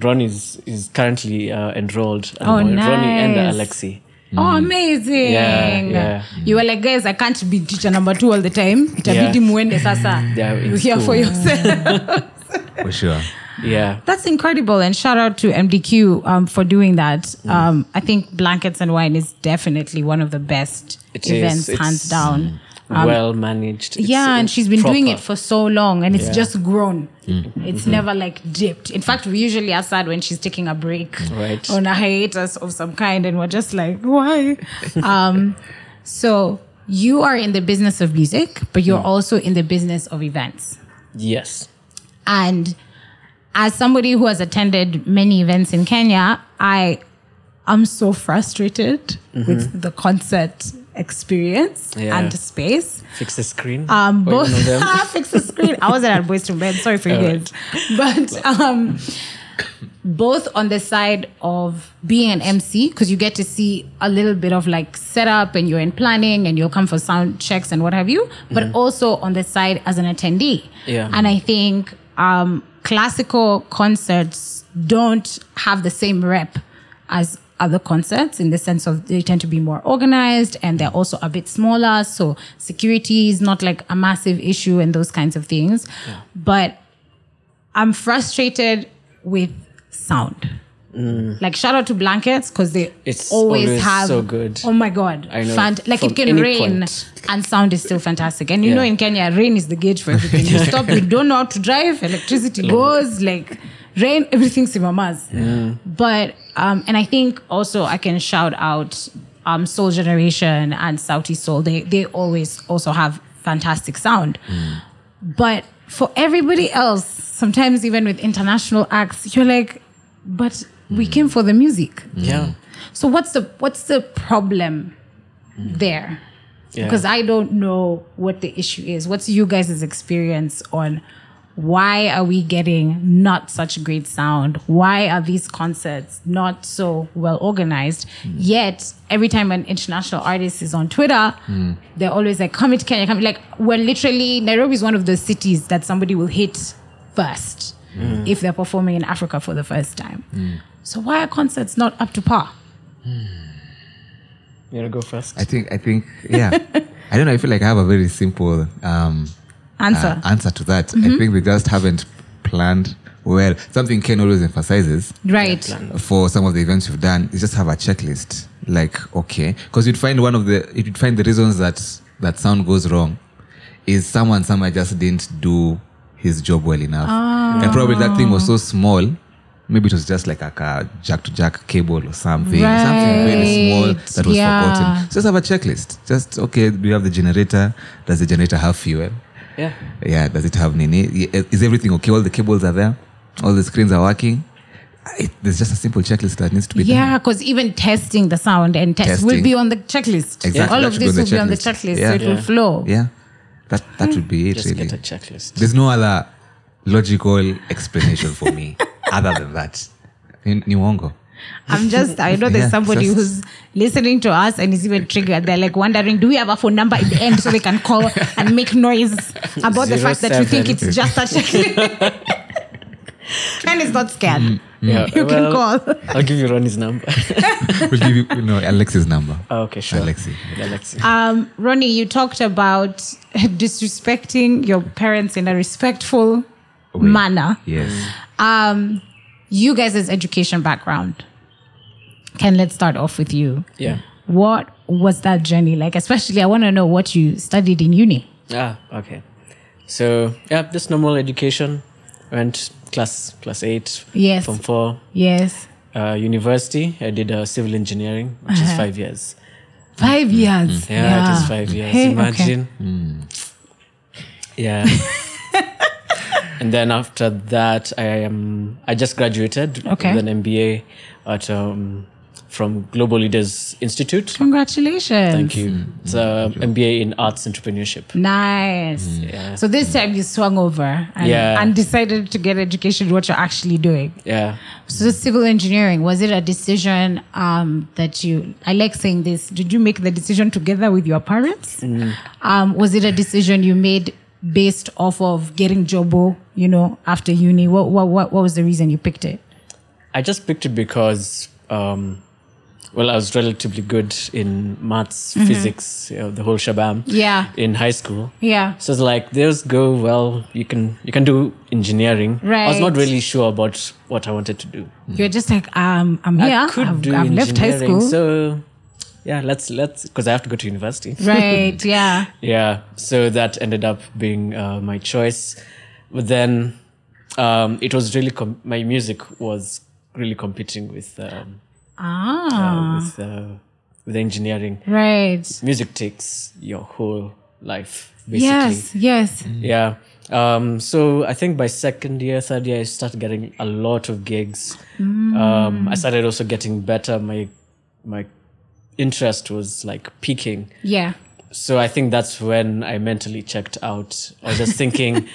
Speaker 2: Ronnie is, is currently uh, enrolled. at the
Speaker 1: Oh,
Speaker 2: moment. Ronnie and
Speaker 1: nice.
Speaker 2: Alexi.
Speaker 1: Oh, amazing.
Speaker 2: Yeah, yeah.
Speaker 1: You were like, guys, I can't be teacher number two all the time. Itabidi muende sasa.
Speaker 2: They're in
Speaker 1: You hear
Speaker 2: school.
Speaker 1: for yourself.
Speaker 3: For sure.
Speaker 2: Yeah.
Speaker 1: That's incredible. And shout out to MDQ um, for doing that. Um, I think Blankets and Wine is definitely one of the best
Speaker 2: It is.
Speaker 1: events,
Speaker 2: It's-
Speaker 1: hands down.
Speaker 2: well managed. It's-
Speaker 1: Um, yeah, and
Speaker 2: it's
Speaker 1: she's been doing
Speaker 2: proper.
Speaker 1: it for so long and it's
Speaker 2: Yeah. Mm.
Speaker 1: just grown. It's never like dipped. In fact, we usually are sad when she's taking a break
Speaker 2: Right.
Speaker 1: on a hiatus of some kind and we're just like, why? um, so you are in the business of music, but you're
Speaker 2: Mm.
Speaker 1: also in the business of events.
Speaker 2: Yes.
Speaker 1: And as somebody who has attended many events in Kenya, I am so frustrated with the concert experience
Speaker 2: Mm-hmm. Yeah.
Speaker 1: and space.
Speaker 2: Fix the screen.
Speaker 1: Um,
Speaker 2: for
Speaker 1: both
Speaker 2: one of them.
Speaker 1: fix the screen. I wasn't at Boys to Men. Sorry for you guys, but um, both on the side of being an MC because you get to see a little bit of like setup and you're in planning and you'll come for sound checks and what have you, but also on the side as an attendee.
Speaker 2: Yeah.
Speaker 1: and I think um, classical concerts don't have the same rep as other concerts in the sense of they tend to be more organized and they're also a bit smaller. So security is not like a massive issue and those kinds of things. But I'm frustrated with sound. Like shout out to blankets because they
Speaker 2: Mm. It's
Speaker 1: always,
Speaker 2: always
Speaker 1: have
Speaker 2: so good.
Speaker 1: Oh my god!
Speaker 2: I know.
Speaker 1: Fant- like
Speaker 2: From
Speaker 1: it can
Speaker 2: any
Speaker 1: rain
Speaker 2: point.
Speaker 1: and sound is still fantastic. And you
Speaker 2: Yeah.
Speaker 1: know in Kenya, rain is the gauge for everything. You stop, you don't know how to drive, electricity goes, like rain, everything simamas. But um, and I think also I can shout out um, Soul Generation and Saudi Soul. They they always also have fantastic sound. But for everybody else, sometimes even with international acts, you're like, but we came for the music.
Speaker 3: Mm.
Speaker 2: Yeah.
Speaker 1: So what's the what's the problem there?
Speaker 2: Yeah.
Speaker 1: Because I don't know what the issue is. What's you guys' experience on why are we getting not such great sound? Why are these concerts not so well organized? Yet every time an international artist is on Twitter, they're always like, "Come to Kenya, come!" Like we're literally Nairobi is one of those cities that somebody will hit first if they're performing in Africa for the first time. So why are concerts not up to par?
Speaker 2: You want to go first?
Speaker 3: I think I think yeah. I don't know. I feel like I have a very simple um,
Speaker 1: Answer.
Speaker 2: Ah.
Speaker 3: uh, answer to that.
Speaker 1: Mm-hmm.
Speaker 3: I think they just haven't planned well. Something Ken always emphasizes
Speaker 1: right.
Speaker 3: for some of the events you've done is just have a checklist. Like okay, because you'd find one of the you'd find the reasons that that sound goes wrong is someone somewhere just didn't do his job well enough,
Speaker 1: Ah.
Speaker 3: and probably that thing was so small. Maybe it was just like a jack to jack cable or something, something very small
Speaker 1: Right.
Speaker 3: that was
Speaker 1: Yeah.
Speaker 3: forgotten. So just have a checklist. Just okay, do you have the generator? Does the generator have fuel?
Speaker 2: Yeah.
Speaker 3: Yeah, does it have nini? Yeah, Is everything okay? All the cables are there, all the screens are working. It, there's just a simple checklist that needs to be done.
Speaker 1: Yeah, because even testing the sound and test will
Speaker 3: Testing.
Speaker 1: be on the checklist.
Speaker 3: Exactly,
Speaker 1: All
Speaker 3: that
Speaker 1: of
Speaker 3: should be
Speaker 1: this
Speaker 3: on the
Speaker 1: will be on the checklist,
Speaker 3: checklist.
Speaker 1: so
Speaker 3: Yeah.
Speaker 1: it will
Speaker 2: Yeah.
Speaker 1: flow.
Speaker 3: Yeah, that that would be it
Speaker 2: Just
Speaker 3: really.
Speaker 2: get a checklist.
Speaker 3: There's no other logical explanation for me other than that. Ni ni uongo.
Speaker 1: I'm just, I know there's
Speaker 3: Yeah,
Speaker 1: somebody
Speaker 3: just-
Speaker 1: who's listening to us and is even triggered. They're like wondering, do we have a phone number at the end so they can call and make noise about the
Speaker 2: Zero
Speaker 1: fact that you think
Speaker 2: seven.
Speaker 1: it's just a checklist? and it's not scared.
Speaker 3: Mm,
Speaker 2: Yeah.
Speaker 1: You can call.
Speaker 2: I'll give you Ronnie's number.
Speaker 3: We'll give you, you know, Alexis' number.
Speaker 2: oh, okay, sure.
Speaker 3: Alexi.
Speaker 2: Yeah, Alexi.
Speaker 1: Um, Ronnie, you talked about disrespecting your parents in a respectful
Speaker 3: Way.
Speaker 1: manner.
Speaker 3: Yes.
Speaker 2: Mm.
Speaker 1: um, you guys' education background. Ken, let's start off with you.
Speaker 2: yeah.
Speaker 1: What was that journey like? Especially, I want to know what you studied in uni.
Speaker 2: Ah, okay. So yeah, just normal education. Went class class eight.
Speaker 1: Yes.
Speaker 2: From four.
Speaker 1: Yes,
Speaker 2: Uh, university. I did uh, civil engineering, which is
Speaker 1: Uh-huh.
Speaker 2: five years.
Speaker 1: five years.
Speaker 2: Mm. Yeah, Hmm. it is five years.
Speaker 1: Hey, okay.
Speaker 2: Imagine. Yeah. and then after that, I am. I just graduated
Speaker 1: Okay.
Speaker 2: with an MBA at um, from Global Leaders Institute.
Speaker 1: Congratulations.
Speaker 2: Mm-hmm. Thank you. It's an MBA in Arts Entrepreneurship.
Speaker 1: Nice.
Speaker 2: Mm. Yeah.
Speaker 1: So this time you swung over and,
Speaker 2: Yeah.
Speaker 1: and decided to get education, what you're actually doing.
Speaker 2: Yeah.
Speaker 1: So the civil engineering, was it a decision um, that you, I like saying this, did you make the decision together with your parents?
Speaker 2: Mm.
Speaker 1: Um, was it a decision you made based off of getting Jobo, you know, after uni? What, what, what, what was the reason you picked it?
Speaker 2: I just picked it because, um, well, I was relatively good in maths, physics, you know, the whole shabam.
Speaker 1: Mm-hmm. Yeah.
Speaker 2: In high school.
Speaker 1: Yeah.
Speaker 2: So it's like those go well. You can you can do engineering. I was
Speaker 1: Right.
Speaker 2: not really sure about what I wanted to do.
Speaker 1: Mm. You're just like, um, I'm here.
Speaker 2: I could
Speaker 1: I've,
Speaker 2: do
Speaker 1: I've
Speaker 2: engineering.
Speaker 1: left high school.
Speaker 2: So yeah, let's let's because I have to go to university.
Speaker 1: right. Yeah.
Speaker 2: Yeah, so that ended up being uh, my choice. But then um, it was really com- my music was really competing with um, uh,
Speaker 1: Ah.
Speaker 2: with uh, with engineering.
Speaker 1: right.
Speaker 2: Music takes your whole life basically. Mm.
Speaker 1: Yes. Yes.
Speaker 2: Yeah. Um, so I think by second year, third year, I started getting a lot of gigs. Um, I started also getting better. My my interest was like peaking
Speaker 1: Yeah.
Speaker 2: so I think that's when I mentally checked out. I was just thinking,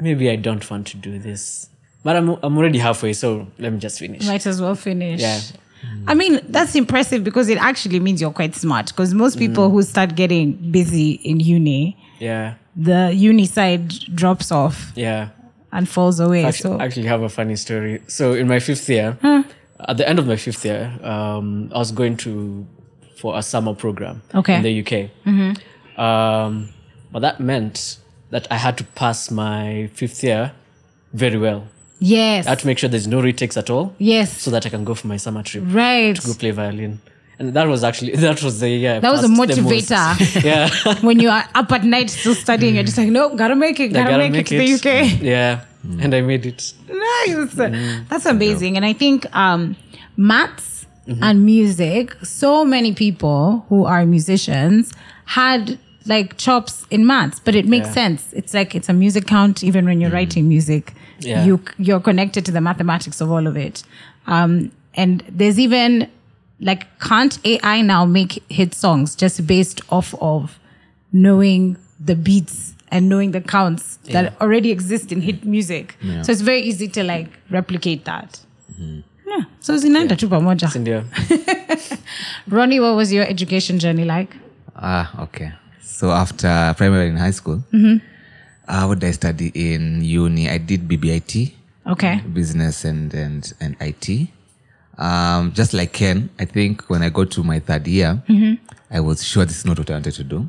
Speaker 2: maybe I don't want to do this, but I'm I'm already halfway, so let me just finish.
Speaker 1: Might as well finish.
Speaker 2: Yeah.
Speaker 1: I mean, that's impressive because it actually means you're quite smart. Because most people who start getting busy in uni,
Speaker 2: yeah,
Speaker 1: the uni side drops off
Speaker 2: yeah.
Speaker 1: and falls away.
Speaker 2: Actually,
Speaker 1: so,
Speaker 2: actually have a funny story. So in my fifth year, at the end of my fifth year, um, I was going to for a summer program
Speaker 1: Okay.
Speaker 2: in the UK. Mm-hmm. Um, but that meant that I had to pass my fifth year very well.
Speaker 1: Yes.
Speaker 2: I had to make sure there's no retakes at all.
Speaker 1: yes.
Speaker 2: So that I can go for my summer trip,
Speaker 1: right.
Speaker 2: go play violin. And that was actually that was the year. I
Speaker 1: That was a
Speaker 2: passed the most.
Speaker 1: motivator.
Speaker 2: yeah.
Speaker 1: when you are up at night still studying, you're just like, nope, gotta make it, gotta, make, it, to the UK.
Speaker 2: Yeah,
Speaker 3: Hmm.
Speaker 2: and I made it.
Speaker 1: nice. That's amazing. And I think um, maths and music, so many people who are musicians had like chops in maths, but it makes
Speaker 2: Yeah.
Speaker 1: sense. It's like it's a music count even when you're writing music.
Speaker 2: Yeah.
Speaker 1: You you're connected to the mathematics of all of it. Um, and there's even like can't AI now make hit songs just based off of knowing the beats and knowing the counts that already exist in hit music. So it's very easy to like replicate that. Yeah. So zinaenda tu pamoja.
Speaker 2: India.
Speaker 1: Ronnie, what was your education journey like?
Speaker 3: Ah, okay. So after primary in high school, uh, what did I study in uni? I did BBIT,
Speaker 1: Okay.
Speaker 3: Mm-hmm. business and and and IT. Um, just like Ken, I think when I got to my third year, I was sure this is not what I wanted to do.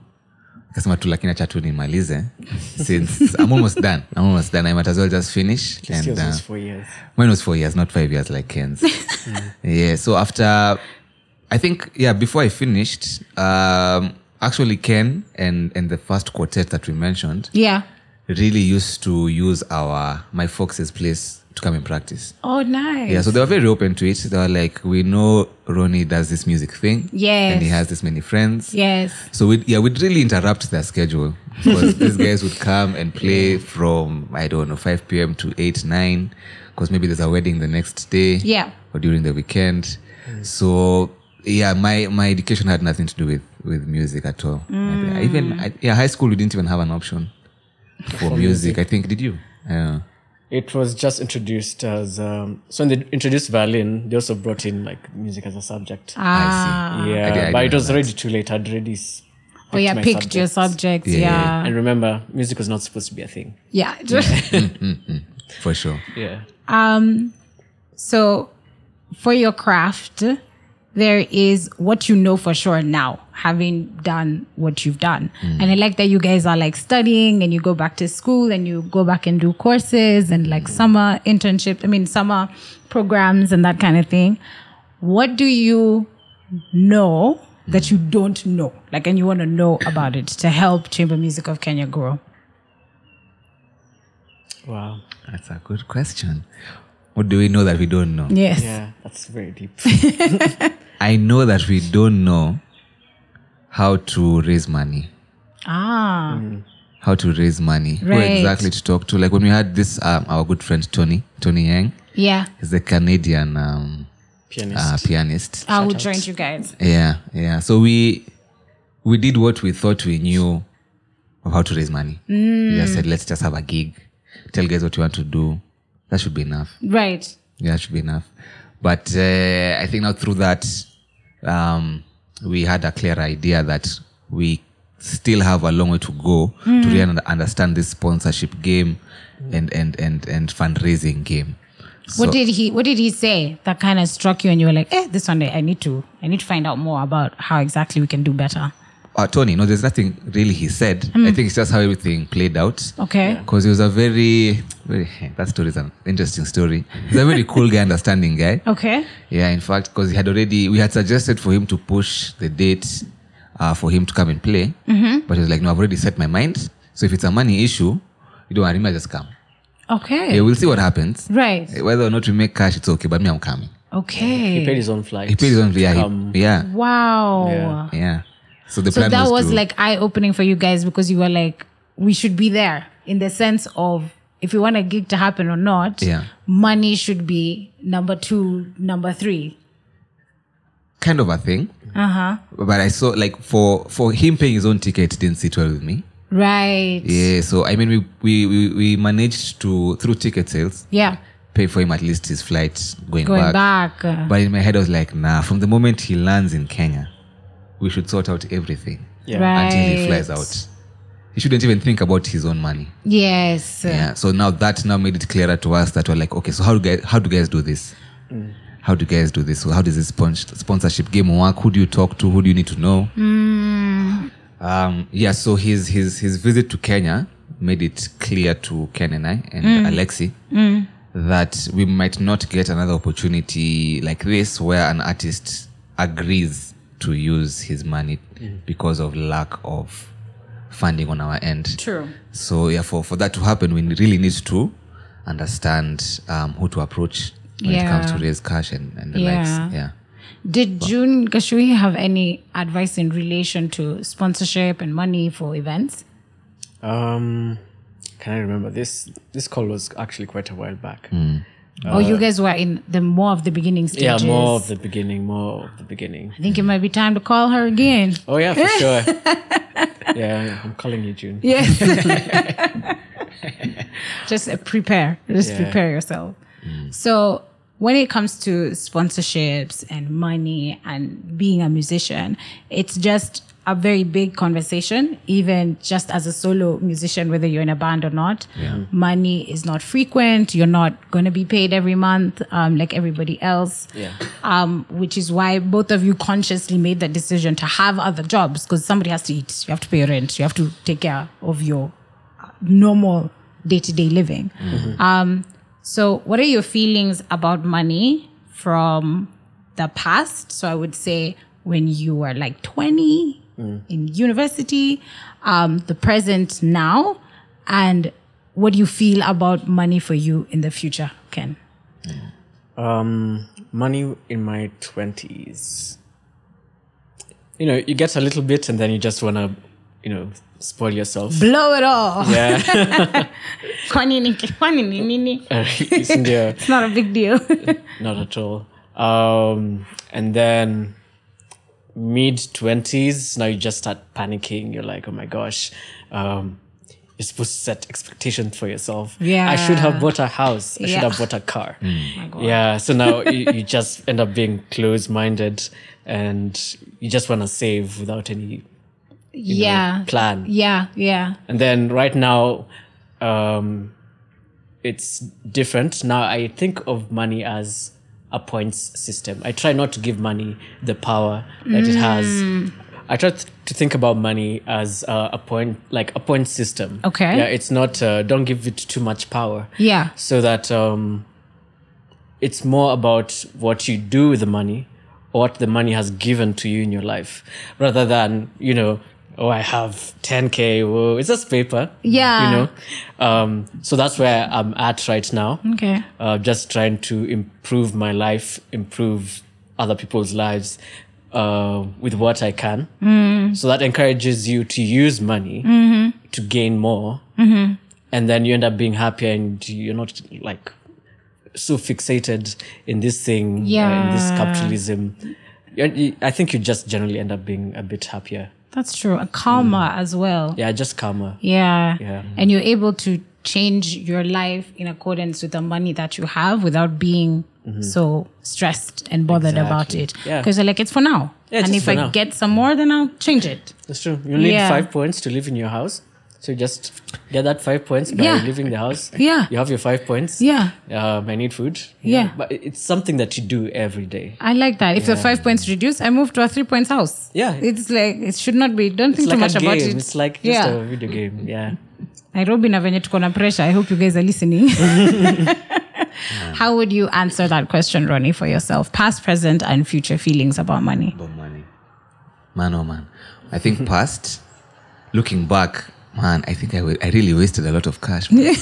Speaker 3: Kasema tu lakini acha tu nimalize since I'm almost done. I'm almost done. I might as well just finish.
Speaker 2: It was
Speaker 3: uh,
Speaker 2: just four years.
Speaker 3: Mine was four years, not five years like Ken's. yeah. So after, I think yeah, before I finished, um, actually Ken and and the first quartet that we mentioned
Speaker 1: Yeah.
Speaker 3: really used to use our my fox's place to come and practice.
Speaker 1: Oh, nice.
Speaker 3: Yeah, so they were very open to it. They were like, we know Ronnie does this music thing,
Speaker 1: Yes.
Speaker 3: and he has this many friends.
Speaker 1: Yes.
Speaker 3: So we yeah we'd really interrupt their schedule because these guys would come and play from I don't know 5 p.m. to 8 9 because maybe there's a wedding the next day
Speaker 1: Yeah. Mm.
Speaker 3: or during the weekend. So yeah, my my education had nothing to do with with music at all. I- I
Speaker 1: Mm.
Speaker 3: even I, yeah, high school we didn't even have an option for music. I think did you? Yeah.
Speaker 2: It was just introduced as um, so when they introduced violin, they also brought in like music as a subject.
Speaker 1: Ah.
Speaker 2: yeah,
Speaker 3: I did- I
Speaker 2: but
Speaker 3: didn't
Speaker 2: it was
Speaker 3: know
Speaker 2: already too late. I'd already s-
Speaker 1: Oh, yeah.
Speaker 2: my
Speaker 1: Picked your
Speaker 2: subjects.
Speaker 1: subjects.
Speaker 3: Yeah, yeah,
Speaker 1: Yeah.
Speaker 2: And remember, music was not supposed to be a thing.
Speaker 1: Yeah.
Speaker 3: For sure.
Speaker 2: Yeah,
Speaker 1: So, for your craft, there is what you know for sure now, having done what you've done. And I like that you guys are like studying and you go back to school and you go back and do courses and like summer internship, I mean, summer programs and that kind of thing. What do you know that you don't know? Like, and you want to know about it to help Chamber Music of Kenya grow?
Speaker 2: wow.
Speaker 3: That's a good question. What do we know that we don't know?
Speaker 1: Yes.
Speaker 2: Yeah, that's very deep.
Speaker 3: I know that we don't know how to raise money. Hmm.
Speaker 1: Ah,
Speaker 3: how to raise money, who
Speaker 1: Right.
Speaker 3: exactly to talk to. Like when we had this, um, our good friend Tony, Tony Yang,
Speaker 1: yeah.
Speaker 3: he's a Canadian um,
Speaker 2: Pianist.
Speaker 3: uh, pianist.
Speaker 1: I will join you guys.
Speaker 3: Yeah, yeah. So we we did what we thought we knew of how to raise money.
Speaker 1: Hmm.
Speaker 3: We just said, let's just have a gig, tell guys what you want to do. That should be enough.
Speaker 1: Right.
Speaker 3: Yeah, that should be enough. But uh, I think now through that, um, we had a clear idea that we still have a long way to go to really un- understand this sponsorship game and, and, and, and fundraising game.
Speaker 1: What
Speaker 3: So-
Speaker 1: did he What did he say that kind of struck you and you were like, eh, this one day I need to I need to find out more about how exactly we can do better.
Speaker 3: uh, Tony, no, there's nothing really he said. I think it's just how everything played out.
Speaker 1: Okay.
Speaker 3: Because he was a very, very, that story is an interesting story. He's a very cool guy, understanding guy.
Speaker 1: Okay.
Speaker 3: Yeah, in fact, because he had already, we had suggested for him to push the date uh, for him to come and play. Mm-hmm. But he was like, no, I've already set my mind. So if it's a money issue, you don't worry, me, I'll just come.
Speaker 1: Okay.
Speaker 3: Yeah, we'll see what happens.
Speaker 1: right.
Speaker 3: Eh, Whether or not we make cash, it's okay, but me, I'm coming.
Speaker 1: Okay.
Speaker 2: he paid his own flight.
Speaker 3: He paid his own,
Speaker 2: to
Speaker 3: yeah, he-
Speaker 2: come.
Speaker 3: yeah,
Speaker 1: wow.
Speaker 2: Yeah.
Speaker 3: yeah. So the
Speaker 1: So
Speaker 3: plan
Speaker 1: that was,
Speaker 3: to,
Speaker 1: like eye opening for you guys because you were like, we should be there in the sense of if you want a gig to happen or not,
Speaker 3: Yeah.
Speaker 1: money should be number two, number three.
Speaker 3: kind of a thing.
Speaker 1: Uh huh.
Speaker 3: But I saw, like, for, for him paying his own ticket, it didn't sit well with me.
Speaker 1: Right.
Speaker 3: Yeah, so I mean, we, we, we, we managed to, through ticket sales,
Speaker 1: Yeah.
Speaker 3: pay for him at least his flight going,
Speaker 1: Going
Speaker 3: back.
Speaker 1: back. uh,
Speaker 3: But in my head, I was like, nah, from the moment he lands in Kenya, we should sort out everything
Speaker 2: Yeah.
Speaker 1: Right.
Speaker 3: until he flies
Speaker 1: Right.
Speaker 3: out. He shouldn't even think about his own money.
Speaker 1: Yes.
Speaker 3: Yeah. So now that now made it clearer to us that we're like, okay, so how do guys how do guys do this? how do you guys do this? How does this spon- sponsorship game work? Who do you talk to? Who do you need to know? Um, yeah, so his his his visit to Kenya made it clear to Ken and I and Alexi that we might not get another opportunity like this where an artist agrees to use his money because of lack of funding on our end.
Speaker 1: True.
Speaker 3: So yeah, for, for that to happen, we really need to understand um, who to approach when it comes
Speaker 1: Yeah.
Speaker 3: to raise cash and, and the
Speaker 1: Yeah.
Speaker 3: likes. Yeah.
Speaker 1: Did June Gashui have any advice in relation to sponsorship and money for events?
Speaker 2: Um, can I remember this? This call was actually quite a while back.
Speaker 1: or you guys were in the more of the beginning
Speaker 2: Uh, Yeah,
Speaker 1: stages?
Speaker 2: more of the beginning, more of the beginning.
Speaker 1: I think it might be time to call her again.
Speaker 2: Oh yeah, for sure. yeah, I'm calling you June.
Speaker 1: Yes. just uh, prepare. Just
Speaker 2: Yeah. Mm.
Speaker 1: prepare yourself. So, when it comes to sponsorships and money and being a musician, it's just a very big conversation, even just as a solo musician, whether you're in a band or not. Money is not frequent. You're not going to be paid every month um, like everybody else
Speaker 2: Yeah.
Speaker 1: um, which is why both of you consciously made the decision to have other jobs because somebody has to eat. You have to pay rent. You have to take care of your uh, normal day to day living. Um, so, what are your feelings about money from the past? So, I would say when you were like 20 in university, um, the present now, and what do you feel about money for you in the future, Ken?
Speaker 2: Um, money in my twenties. You know, you get a little bit, and then you just wanna, you know, spoil yourself.
Speaker 1: Blow it all.
Speaker 2: yeah,
Speaker 1: Kwani ni- kwani ni nini?
Speaker 2: Isn't there-
Speaker 1: It's not a big deal.
Speaker 2: not at all. Um, and then mid twenties, now you just start panicking. You're like, oh my gosh, um, you're supposed to set expectations for yourself. I should
Speaker 1: Yeah.
Speaker 2: have bought a house. I should
Speaker 1: Yeah. Oh
Speaker 2: have bought a car. Yeah. So now you, you just end up being close minded, and you just want to save without any you know,
Speaker 1: yeah.
Speaker 2: plan.
Speaker 1: Yeah, yeah.
Speaker 2: And then right now, um, it's different. Now I think of money as a points system. I try not to give money the power that it
Speaker 1: Mm.
Speaker 2: has. I try th- to think about money as uh, a point, like a point system.
Speaker 1: Okay.
Speaker 2: Yeah, it's not. Uh, don't give it too much power.
Speaker 1: Yeah.
Speaker 2: So that um, it's more about what you do with the money, or what the money has given to you in your life, rather than you know, oh, I have 10k. Whoa, it's just paper.
Speaker 1: Yeah.
Speaker 2: You know. Um, so that's where I'm at right now.
Speaker 1: Okay.
Speaker 2: Uh, just trying to improve my life, improve other people's lives uh, with what I can. So that encourages you to use money to gain more. And then you end up being happier and you're not like so fixated in this thing, uh, in this
Speaker 1: Yeah.
Speaker 2: capitalism. You- you- I think you just generally end up being a bit happier.
Speaker 1: That's true. A karma as well.
Speaker 2: Mm. Yeah, just calmer.
Speaker 1: Yeah.
Speaker 2: Yeah.
Speaker 1: And you're able to change your life in accordance with the money that you have without being so stressed and bothered about
Speaker 2: Mm-hmm. Exactly.
Speaker 1: it.
Speaker 2: Yeah.
Speaker 1: Because you're like, it's for now.
Speaker 2: Yeah,
Speaker 1: and
Speaker 2: just
Speaker 1: if
Speaker 2: for
Speaker 1: I
Speaker 2: now.
Speaker 1: get some more, then I'll change it.
Speaker 2: That's true. You need
Speaker 1: Yeah.
Speaker 2: five points to live in your house. So you just get that five points by
Speaker 1: Yeah.
Speaker 2: leaving the house.
Speaker 1: Yeah.
Speaker 2: You have your five points.
Speaker 1: Yeah.
Speaker 2: Um, I need food.
Speaker 1: Yeah.
Speaker 2: But it- it's something that you do every day.
Speaker 1: I like that. If the five points reduce, I move to a three points house.
Speaker 2: Yeah.
Speaker 1: It's like, it should not be, don't think
Speaker 2: It's
Speaker 1: too
Speaker 2: like
Speaker 1: much
Speaker 2: a
Speaker 1: about
Speaker 2: game.
Speaker 1: it.
Speaker 2: It's like just
Speaker 1: yeah.
Speaker 2: a video game. Yeah.
Speaker 1: Nairobi na venye tuko na pressure. I hope you guys are listening. How would you answer that question, Ronnie, for yourself? Past, present, and future feelings about money.
Speaker 3: About money. Man, oh man. I think past, looking back, man, I think I wa- I really wasted a lot of cash. Man.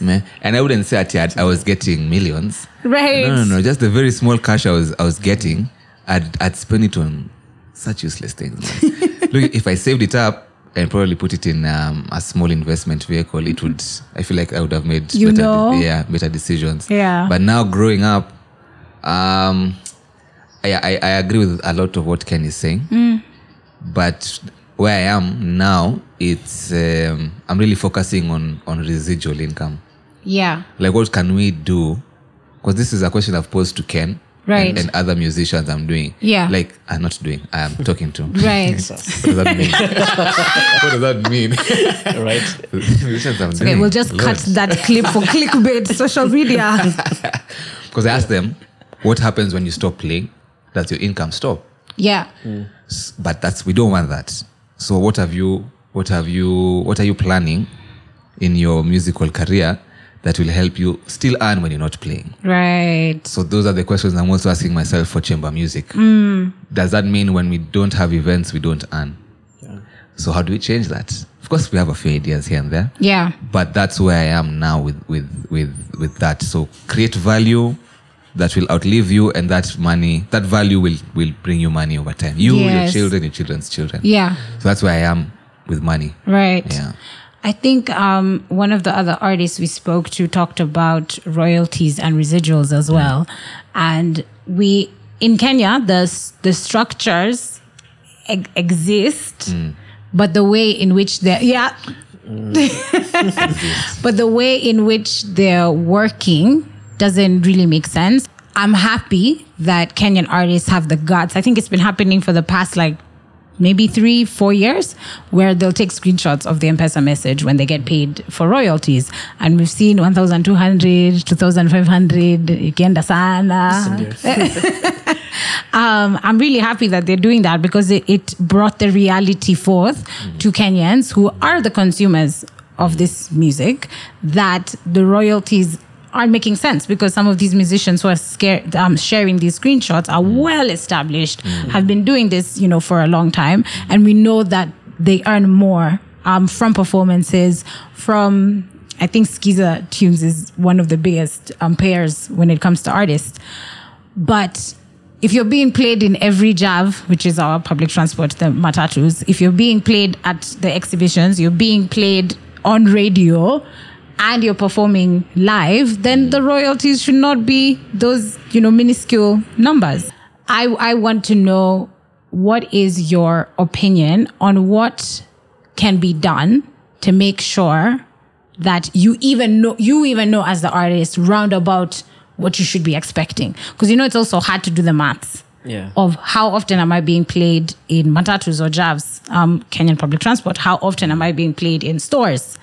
Speaker 3: Man. And I wouldn't say that I was getting millions.
Speaker 1: Right.
Speaker 3: No, no, no. Just the very small cash I was I was getting, I'd I'd spend it on such useless things. man. Look, if I saved it up and probably put it in um, a small investment vehicle, it would. I feel like I would have made
Speaker 1: You
Speaker 3: better,
Speaker 1: know?
Speaker 3: yeah, better decisions.
Speaker 1: Yeah.
Speaker 3: But now growing up, um, I, I I agree with a lot of what Ken is saying,
Speaker 1: Mm.
Speaker 3: but where I am now, it's um, I'm really focusing on on residual income
Speaker 1: Yeah.
Speaker 3: like what can we do because this is a question i've posed to ken
Speaker 1: Right.
Speaker 3: and, and other musicians i'm doing
Speaker 1: Yeah.
Speaker 3: like i'm not doing i'm talking to
Speaker 1: Right.
Speaker 3: what does that mean what does that mean
Speaker 2: All right.
Speaker 3: musicians i'm
Speaker 1: Okay,
Speaker 3: doing
Speaker 1: we'll just cut that clip for clickbait social media.
Speaker 3: because i asked them what happens when you stop playing? Does your income stop?
Speaker 1: Yeah.
Speaker 3: S- But that's we don't want that. So what have you what have you what are you planning in your musical career that will help you still earn when you're not playing?
Speaker 1: Right.
Speaker 3: So those are the questions I'm also asking myself for chamber music.
Speaker 1: Hmm.
Speaker 3: Does that mean when we don't have events we don't earn?
Speaker 2: Yeah.
Speaker 3: So how do we change that? Of course we have a few ideas here and there
Speaker 1: Yeah.
Speaker 3: but that's where I am now with with with with that. So create value that will outlive you, and that money, that value will will bring you money over time. You,
Speaker 1: Yes.
Speaker 3: your children, your children's children.
Speaker 1: Yeah.
Speaker 3: So that's where I am with money.
Speaker 1: Right.
Speaker 3: Yeah.
Speaker 1: I think um, one of the other artists we spoke to talked about royalties and residuals as well, and we in Kenya the s- the structures eg- exist, but the way in which they are yeah, but the way in which they're working doesn't really make sense. I'm happy that Kenyan artists have the guts. I think it's been happening for the past like maybe three, four years, where they'll take screenshots of the M-Pesa message when they get paid for royalties. And we've seen 1,200, 2,500, ikienda sana. Um, I'm really happy that they're doing that because it, it brought the reality forth to Kenyans who are the consumers of this music that the royalties aren't making sense because some of these musicians who are scared, um, sharing these screenshots are well established, have been doing this, you know, for a long time, and we know that they earn more um, from performances, from I think Skiza Tunes is one of the biggest um, payers when it comes to artists. But if you're being played in every JAV, which is our public transport, the matatus, if you're being played at the exhibitions, you're being played on radio, and you're performing live, then the royalties should not be those, you know, minuscule numbers. I, I want to know what is your opinion on what can be done to make sure that you even know you even know as the artist roundabout what you should be expecting because you know it's also hard to do the maths
Speaker 2: Yeah.
Speaker 1: of how often am I being played in matatus or javs, um, Kenyan public transport? How often am I being played in stores?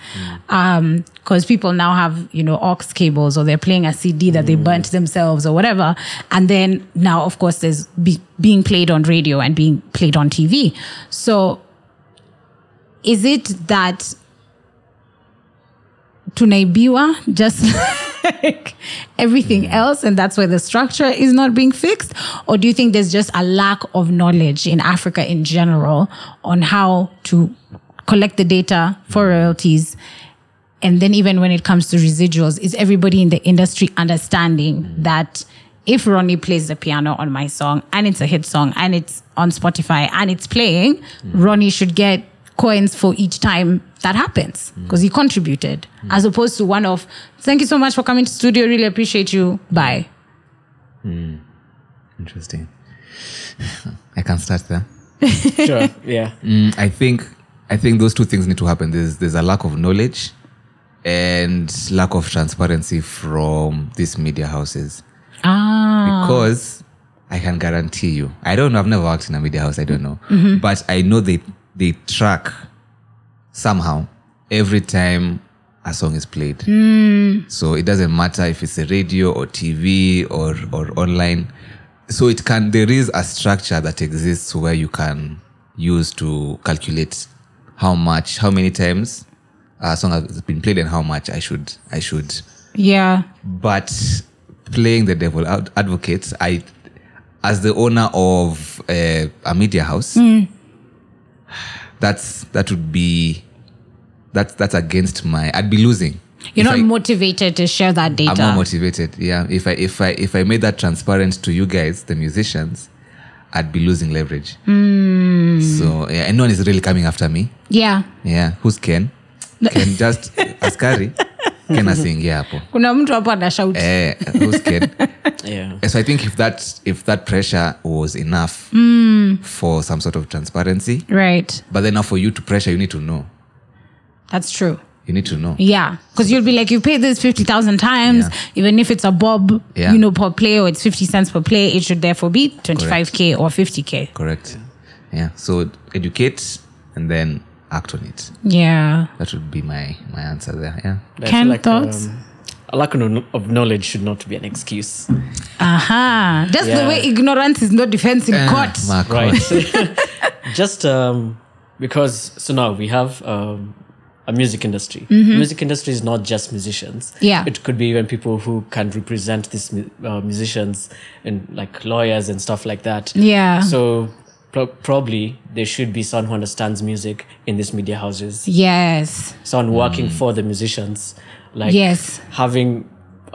Speaker 1: Because people now have, you know, aux cables or they're playing a CD that they burnt themselves or whatever. And then now, of course, there's be- being played on radio and being played on TV. So is it that tunaibiwa just like everything else and that's why the structure is not being fixed or do you think there's just a lack of knowledge in africa in general on how to collect the data for royalties and then even when it comes to residuals is everybody in the industry understanding that if ronnie plays the piano on my song and it's a hit song and it's on spotify and it's playing
Speaker 3: Mm.
Speaker 1: ronnie should get coins for each time that happens
Speaker 3: Mm.
Speaker 1: because he contributed as opposed to one of thank you so much for coming to studio really appreciate you bye
Speaker 3: Interesting. I can start there.
Speaker 2: sure. Yeah.
Speaker 3: Mm, I think I think those two things need to happen. There's there's a lack of knowledge and lack of transparency from these media houses.
Speaker 1: ah
Speaker 3: because I can guarantee you. I don't know. I've never worked in a media house. I don't know, but I know they they track somehow every time a song is played. So it doesn't matter if it's a radio or TV or or online. So it can there is a structure that exists where you can use to calculate how much, how many times a song has been played and how much I should I should
Speaker 1: yeah
Speaker 3: but playing the devil ad- advocate i as the owner of uh, a media house
Speaker 1: Hmm.
Speaker 3: that's that would be that's that's against my i'd be losing
Speaker 1: you're
Speaker 3: If
Speaker 1: not
Speaker 3: I-
Speaker 1: motivated to share that data
Speaker 3: i'm more motivated yeah if i if i if i made that transparent to you guys the musicians i'd be losing leverage so yeah and no one is really coming after me
Speaker 1: yeah
Speaker 3: yeah who's ken ken just askari ken asiingia hapo
Speaker 1: kuna mtu hapo anashout
Speaker 3: eh who's ken Eh,
Speaker 2: Yeah.
Speaker 3: so I think if that if that pressure was enough for some sort of transparency,
Speaker 1: right
Speaker 3: but then now for you to pressure, you need to know.
Speaker 1: that's true
Speaker 3: You need to know.
Speaker 1: Yeah, because you'll be like, you pay this 50,000 times,
Speaker 3: Yeah.
Speaker 1: even if it's a bob,
Speaker 3: Yeah.
Speaker 1: you know, per play or it's 50 cents per play, it should therefore be 25K or 50K.
Speaker 3: Correct. Yeah. So educate and then act on it.
Speaker 1: Yeah.
Speaker 3: That would be my my answer there. Yeah.
Speaker 2: I feel
Speaker 1: Ken, thoughts?
Speaker 2: Um, a lack of- of knowledge should not be an excuse.
Speaker 1: Aha. Just the
Speaker 2: Yeah.
Speaker 1: way ignorance is not defense in court.
Speaker 3: Eh, Mark,
Speaker 2: right just um because so now we have um a music industry music industry is not just musicians
Speaker 1: Mm-hmm. Yeah.
Speaker 2: it could be even people who can represent these mu- uh, musicians and like lawyers and stuff like that
Speaker 1: Yeah.
Speaker 2: so pro- probably there should be someone who understands music in these media houses
Speaker 1: Yes.
Speaker 2: someone working for the musicians like
Speaker 1: Yes.
Speaker 2: having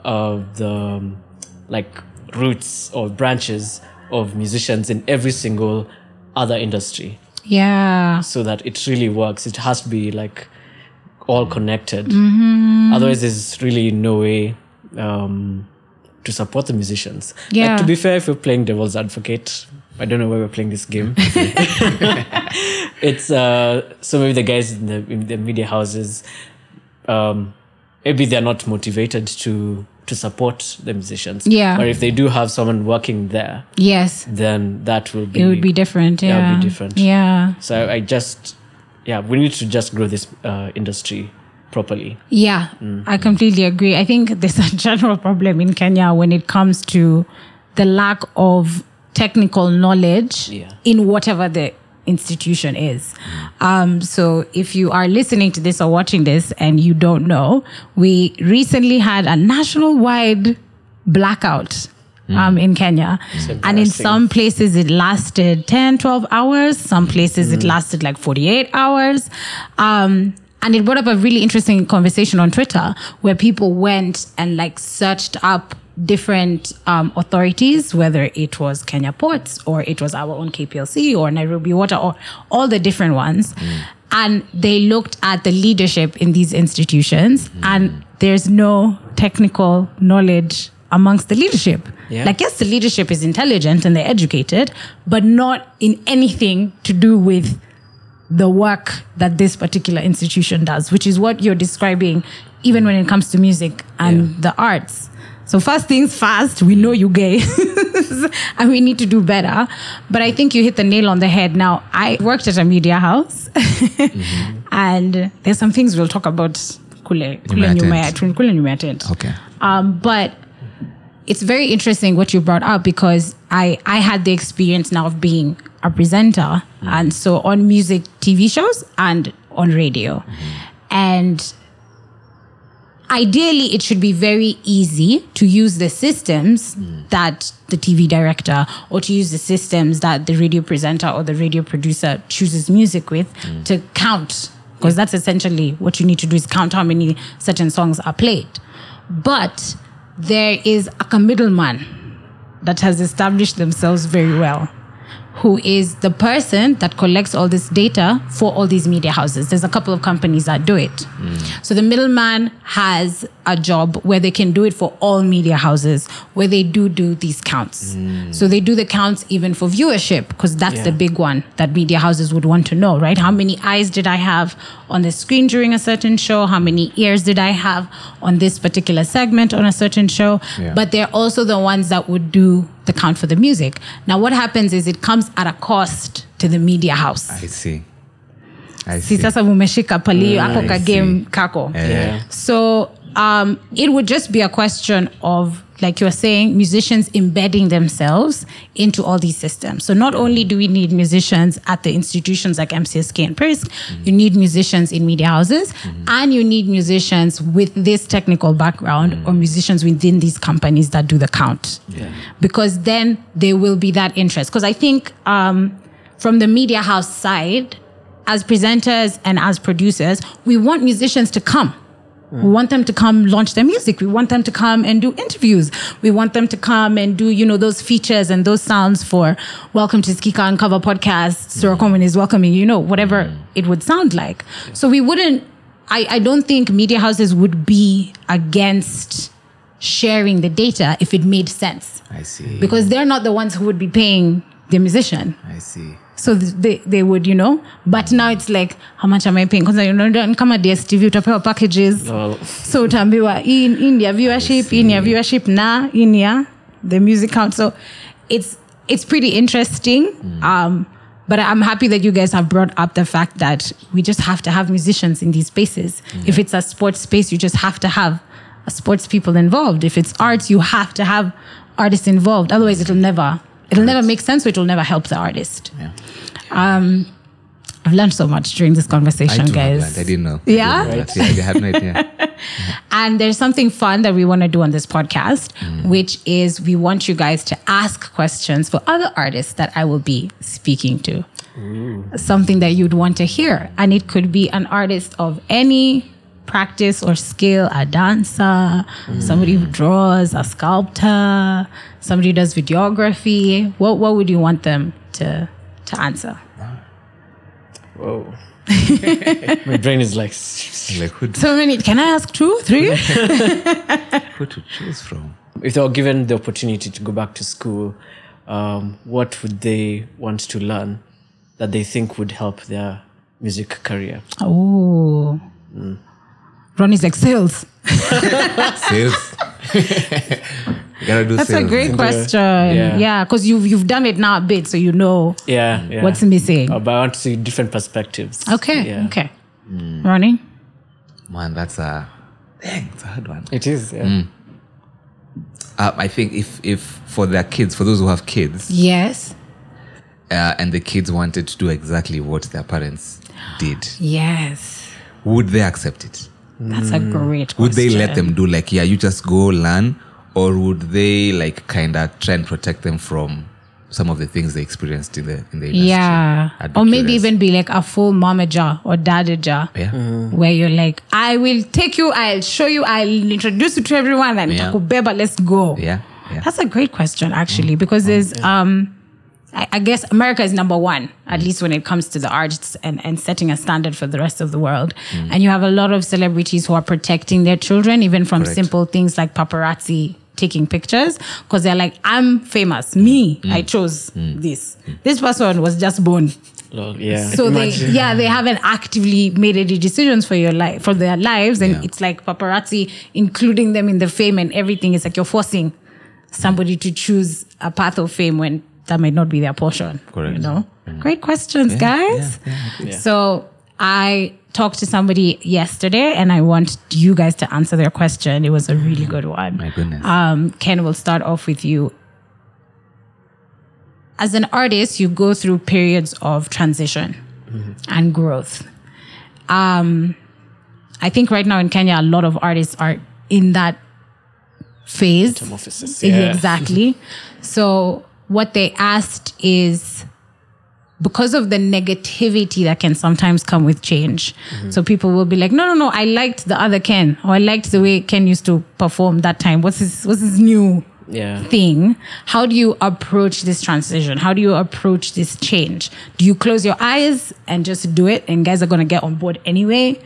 Speaker 2: uh, the um, like roots or branches of musicians in every single other industry
Speaker 1: Yeah.
Speaker 2: so that it really works it has to be like all connected
Speaker 1: Mm-hmm.
Speaker 2: otherwise there's really no way um, to support the musicians
Speaker 1: Yeah.
Speaker 2: like, to be fair if you're playing devil's advocate i don't know why we're playing this game it's uh, so maybe the guys in the, in the media houses um, maybe they're not motivated to to support the musicians
Speaker 1: Yeah.
Speaker 2: or if they do have someone working there
Speaker 1: Yes.
Speaker 2: then that will be
Speaker 1: It would be different.
Speaker 2: Yeah, it
Speaker 1: Yeah.
Speaker 2: would be different.
Speaker 1: Yeah.
Speaker 2: so I just, yeah, we need to just grow this uh, industry properly.
Speaker 1: Yeah, I completely agree. I think there's a general problem in Kenya when it comes to the lack of technical knowledge
Speaker 2: Yeah.
Speaker 1: in whatever the institution is. Um, so if you are listening to this or watching this and you don't know, we recently had a national wide blackout. Um, in Kenya. And in
Speaker 2: Mm. embarrassing.
Speaker 1: some places it lasted 10, 12 hours. Some places it lasted like 48 hours. Um, and it brought up a really interesting conversation on Twitter where people went and like searched up different um, authorities, whether it was Kenya Ports or it was our own KPLC or Nairobi Water or all the different ones. And they looked at the leadership in these institutions and there's no technical knowledge amongst the leadership.
Speaker 2: Yeah.
Speaker 1: Like, yes, the leadership is intelligent and they're educated, but not in anything to do with the work that this particular institution does, which is what you're describing, even when it comes to music and the arts. So, first things first, we know you gay and we need to do better. But I think you hit the nail on the head. Now, I worked at a media house and there's some things we'll talk about. Kule, kule
Speaker 3: Nyuma ya
Speaker 1: nyuma ya- kule nyuma ya tent.
Speaker 3: Okay.
Speaker 1: Um, but it's very interesting what you brought up because I, I had the experience now of being a presenter and so on music TV shows and on radio. And ideally it should be very easy to use the systems that the TV director or to use the systems that the radio presenter or the radio producer chooses music with to count because that's essentially what you need to do is count how many certain songs are played but there is like a middleman that has established themselves very well who is the person that collects all this data for all these media houses there's a couple of companies that do it so the middleman has a job where they can do it for all media houses where they do do these counts so they do the counts even for viewership because that's the
Speaker 2: Yeah.
Speaker 1: big one that media houses would want to know right how many eyes did i have on the screen during a certain show how many ears did i have on this particular segment on a certain show
Speaker 3: Yeah.
Speaker 1: but they're also the ones that would do the count for the music. Now, what happens is it comes at a cost to the media house.
Speaker 3: I see. I
Speaker 1: Si
Speaker 3: see. Mm,
Speaker 1: sasa umeshika palio hapo ka
Speaker 3: I Eh,
Speaker 1: game kako.
Speaker 2: Yeah.
Speaker 1: So um, it would just be a question of, like you were saying, musicians embedding themselves into all these systems. So not only do we need musicians at the institutions like MCSK and PRISC, you need musicians in media houses, and you need musicians with this technical background or musicians within these companies that do the count. Because then there will be that interest. Because I think um, from the media house side, as presenters and as producers, we want musicians to come. We want them to come launch their music. We want them to come and do interviews. We want them to come and do, you know, those features and those sounds for Welcome to Skika Uncover podcast, Sarah Coleman is welcoming, you know, whatever it would sound like. So we wouldn't, I, I don't think media houses would be against sharing the data if it made sense
Speaker 3: I see.
Speaker 1: because they're not the ones who would be paying the musician.
Speaker 3: I see.
Speaker 1: So th- they, they would, you know, but now it's like, how much am I paying? Because you know, come at DSTV, utapewa packages
Speaker 2: Well,
Speaker 1: so utaambiwa hii hii ni ya viewership hii ni ya viewership na hii ni ya the music count so it's, it's pretty interesting
Speaker 3: Hmm.
Speaker 1: um, but i'm happy that you guys have brought up the fact that we just have to have musicians in these spaces if it's a sports space you just have to have a sports people involved. If it's arts, you have to have artists involved. Otherwise, it'll never it'll never make sense. Or it'll never help the artist. Um,
Speaker 3: Yeah.
Speaker 1: I've learned so much during this conversation,
Speaker 3: I do
Speaker 1: guys.
Speaker 3: Have that. I didn't know.
Speaker 1: Yeah?
Speaker 3: I, didn't know that. yeah, I have no idea.
Speaker 1: And there's something fun that we want to do on this podcast, which is we want you guys to ask questions for other artists that I will be speaking to. Something that you'd want to hear. And it could be an artist of any practice or skill, a dancer, somebody who draws, a sculptor, somebody who does videography. What what would you want them to to answer?
Speaker 2: Whoa. My brain is like,
Speaker 3: like who, do-
Speaker 1: So many can I ask two, three?
Speaker 3: who to choose from?
Speaker 2: if they were given the opportunity to go back to school, um, what would they want to learn that they think would help their music career?
Speaker 1: oh. Ronnie's like sales.
Speaker 3: Sales. you gotta do
Speaker 1: That's
Speaker 3: sales.
Speaker 1: a great
Speaker 3: man.
Speaker 1: question.
Speaker 2: yeah.
Speaker 1: Yeah, because you've you've done it now a bit, so you know
Speaker 2: Yeah. yeah.
Speaker 1: what's missing.
Speaker 2: Uh, but I want to see different perspectives.
Speaker 1: okay,
Speaker 2: Yeah.
Speaker 1: okay.
Speaker 3: Hmm.
Speaker 1: Ronnie,
Speaker 3: Man, that's a dang, it's a hard one.
Speaker 2: It is. Yeah.
Speaker 3: Uh, I think if if for their kids, for those who have kids,
Speaker 1: yes,
Speaker 3: uh, and the kids wanted to do exactly what their parents did,
Speaker 1: yes,
Speaker 3: would they accept it?
Speaker 1: that's a great. Question.
Speaker 3: Hmm. Would they let them do like, yeah, you just go learn, or would they like kind of try and protect them from some of the things they experienced in the in the industry?
Speaker 1: Yeah,
Speaker 3: I'd be
Speaker 1: or maybe
Speaker 3: curious.
Speaker 1: even be like a full momager or dadager,
Speaker 3: yeah.
Speaker 1: where you're like, I will take you, I'll show you, I'll introduce you to everyone, and
Speaker 3: Yeah.
Speaker 1: Takubeba, let's go.
Speaker 3: yeah, yeah.
Speaker 1: That's a great question, actually, because there's, um, I, I guess America is number one, at least when it comes to the arts and, and setting a standard for the rest of the world.
Speaker 3: Mm.
Speaker 1: And you have a lot of celebrities who are protecting their children, even from
Speaker 3: Correct.
Speaker 1: simple things like paparazzi taking pictures, because they're like, I'm famous. Me,
Speaker 3: Mm.
Speaker 1: I chose this. This person was just born.
Speaker 2: Lol, yeah.
Speaker 1: So
Speaker 2: Imagine.
Speaker 1: they, yeah, they haven't actively made any decisions for your life, for their lives, and
Speaker 3: Yeah.
Speaker 1: it's like paparazzi including them in the fame and everything. It's like you're forcing somebody to choose a path of fame when that might not be their portion. You
Speaker 3: Correct.
Speaker 1: know, great questions, guys. So I talked to somebody yesterday, and I want you guys to answer their question. It was a really good one.
Speaker 3: My goodness.
Speaker 1: Um, Ken, we'll start off with you. As an artist, you go through periods of transition
Speaker 3: Mm-hmm.
Speaker 1: and growth. Um, I think right now in Kenya, a lot of artists are in that phase.
Speaker 2: Offices.
Speaker 1: Yeah,
Speaker 2: Yeah.
Speaker 1: Exactly. so what they asked is because of the negativity that can sometimes come with change. So people will be like, no, no, no, I liked the other Ken, or I liked the way Ken used to perform that time. What's his what's his new
Speaker 2: Yeah.
Speaker 1: thing? How do you approach this transition? How do you approach this change? Do you close your eyes and just do it and guys are gonna get on board anyway?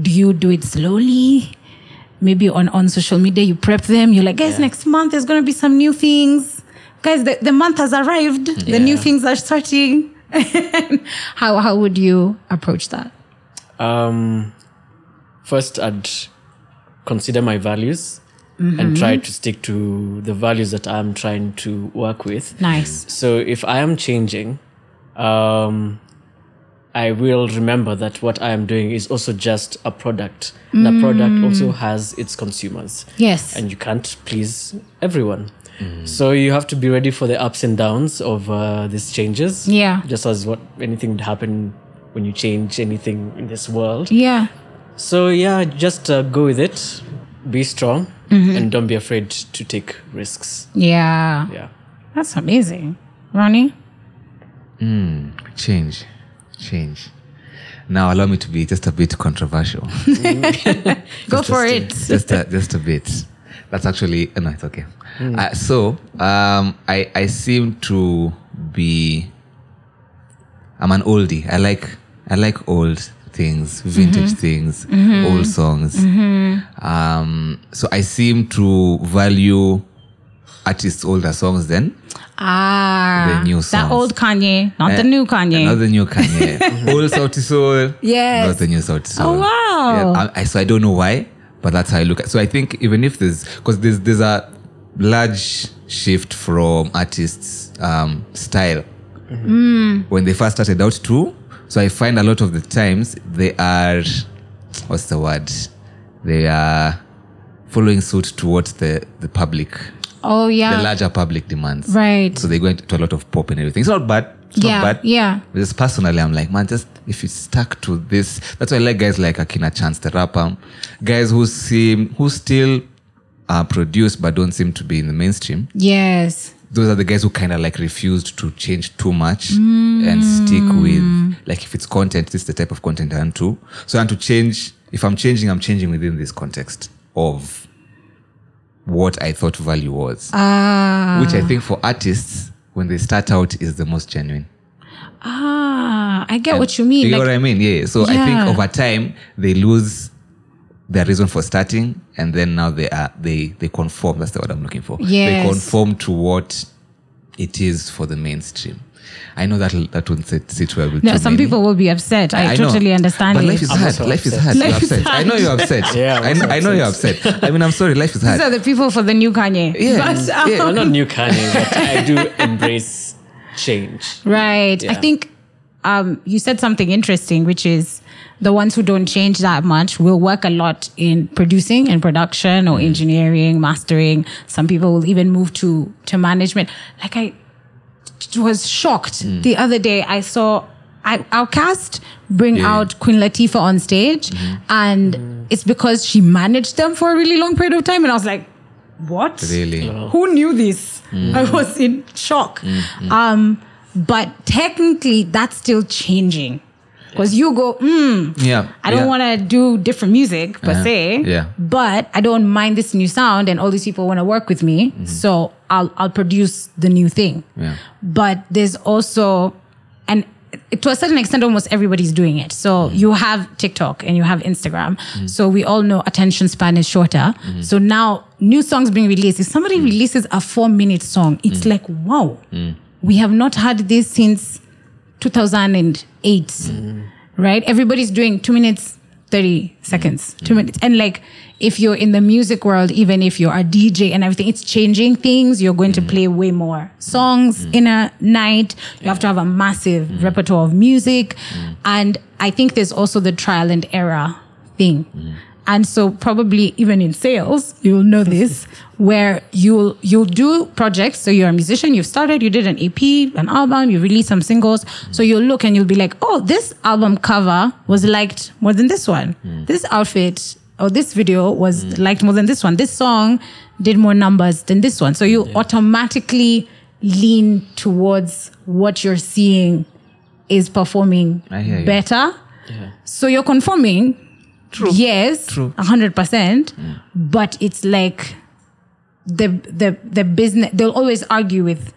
Speaker 1: Do you do it slowly? maybe on, on social media, you prep them. You're like, guys, next month there's going to be some new things. Guys, the, the month has arrived. The new
Speaker 2: Yeah.
Speaker 1: things are starting. how, how would you approach that?
Speaker 2: Um, first, I'd consider my values and
Speaker 1: Mm-hmm.
Speaker 2: try to stick to the values that I'm trying to work with.
Speaker 1: Nice.
Speaker 2: So if I am changing, um, I will remember that what I am doing is also just a product. And a product also has its consumers.
Speaker 1: Mm. Yes.
Speaker 2: And you can't please everyone. So you have to be ready for the ups and downs of uh, these changes.
Speaker 1: Yeah.
Speaker 2: Just as what anything would happen when you change anything in this world.
Speaker 1: yeah.
Speaker 2: So yeah, just uh, go with it. Be strong
Speaker 1: Mm-hmm.
Speaker 2: and don't be afraid to take risks.
Speaker 1: Yeah.
Speaker 2: Yeah.
Speaker 1: That's amazing. Ronnie?
Speaker 3: change change now allow me to be just a bit controversial
Speaker 1: Go for it.
Speaker 3: just a, just a bit that's actually no it's okay
Speaker 1: Hmm.
Speaker 3: uh, so um i i seem to be i'm an oldie i like i like old things
Speaker 1: Mm-hmm.
Speaker 3: vintage things old songs um so i seem to value artists older songs then
Speaker 1: Ah.
Speaker 3: The new
Speaker 1: That
Speaker 3: songs. Eh,
Speaker 1: old Kanye, not the new Kanye.
Speaker 3: Not the new Kanye. Old Sauti Soul.
Speaker 1: Mm. Yes.
Speaker 3: Not the new Sauti Soul.
Speaker 1: Oh, wow.
Speaker 3: Yeah, I, I, so I don't know why, but that's how I look at So I think even if there's, because there's, there's a large shift from artists' um, style
Speaker 1: Mm.
Speaker 3: when they first started out too. So I find a lot of the times they are, what's the word? They are following suit to what the, the public,
Speaker 1: Oh yeah.
Speaker 3: the larger public demands.
Speaker 1: Right.
Speaker 3: So they go into a lot of pop and everything. It's not bad. It's
Speaker 1: yeah.
Speaker 3: not bad.
Speaker 1: Yeah.
Speaker 3: Just personally, I'm like, man, just if you stuck to this, that's why I like guys like Akina Chance the rapper, guys who seem who still uh, produce but don't seem to be in the mainstream.
Speaker 1: Yes.
Speaker 3: Those are the guys who kind of like refused to change too much and stick with like if it's content, this is the type of content I want to. So I want to change. If I'm changing, I'm changing within this context of what I thought value was, which I think for artists when they start out is the most genuine.
Speaker 1: Ah, I get what you mean.
Speaker 3: You know
Speaker 1: like,
Speaker 3: what I mean? Yeah. So I
Speaker 1: Yeah.
Speaker 3: think over time they lose their reason for starting, and then now they are they they conform. That's the word I'm looking for.
Speaker 1: Yes.
Speaker 3: They conform to what it is for the mainstream. I know that that won't sit, sit well with
Speaker 1: no,
Speaker 3: too
Speaker 1: some
Speaker 3: many.
Speaker 1: people will be upset. I,
Speaker 3: I know.
Speaker 1: totally understand
Speaker 3: But
Speaker 1: it.
Speaker 3: life is
Speaker 2: I'm
Speaker 3: hard.
Speaker 2: also
Speaker 3: Life is
Speaker 2: upset.
Speaker 3: hard. You're
Speaker 1: Life is
Speaker 3: upset. I know you're upset.
Speaker 2: Yeah, I'm
Speaker 3: I,
Speaker 2: also
Speaker 3: know, I know you're upset. I mean, I'm sorry. Life is hard.
Speaker 1: These are the people for the new Kanye.
Speaker 3: Yeah.
Speaker 1: But, um,
Speaker 2: Well, not new Kanye, but I do embrace change.
Speaker 1: Right. I
Speaker 2: Yeah.
Speaker 1: think um, you said something interesting, which is the ones who don't change that much will work a lot in producing and production or engineering, mastering. Some people will even move to to management. Like I t- was shocked the other day. I saw I, Outcast bring
Speaker 3: Yeah.
Speaker 1: out Queen Latifah on stage, and it's because she managed them for a really long period of time. And I was like, "What?
Speaker 3: Really? Mm.
Speaker 1: Who knew this? I was in shock. Um, but technically, that's still changing because you go, mm,
Speaker 3: Yeah.
Speaker 1: I don't
Speaker 3: yeah.
Speaker 1: want to do different music per
Speaker 3: Uh-huh.
Speaker 1: se,
Speaker 3: Yeah.
Speaker 1: but I don't mind this new sound, and all these people want to work with me, so I'll I'll produce the new thing.
Speaker 3: Mm-hmm. Yeah.
Speaker 1: But there's also and to a certain extent, almost everybody's doing it. So you have TikTok and you have Instagram. So we all know attention span is shorter. So now new songs being released. If somebody releases a four minute song, it's like, wow, we have not had this since 2008 right everybody's doing 2 minutes 30 seconds 2 minutes and like if you're in the music world even if you're a dj and everything it's changing things you're going to play way more songs in a night you have to have a massive repertoire of music and i think there's also the trial and error thing
Speaker 3: Mm.
Speaker 1: and so probably even in sales you'll know this where you'll you'll do projects so you're a musician you've started you did an ep an album you released some singles so you'll look and you'll be like oh this album cover was liked more than this one
Speaker 3: Mm.
Speaker 1: this outfit or this video was liked more than this one this song did more numbers than this one so you automatically lean towards what you're seeing is performing
Speaker 3: I hear you.
Speaker 1: better so you're conforming True. Yes,
Speaker 3: True. Mm.
Speaker 1: hundred percent. But it's like the the the business. They'll always argue with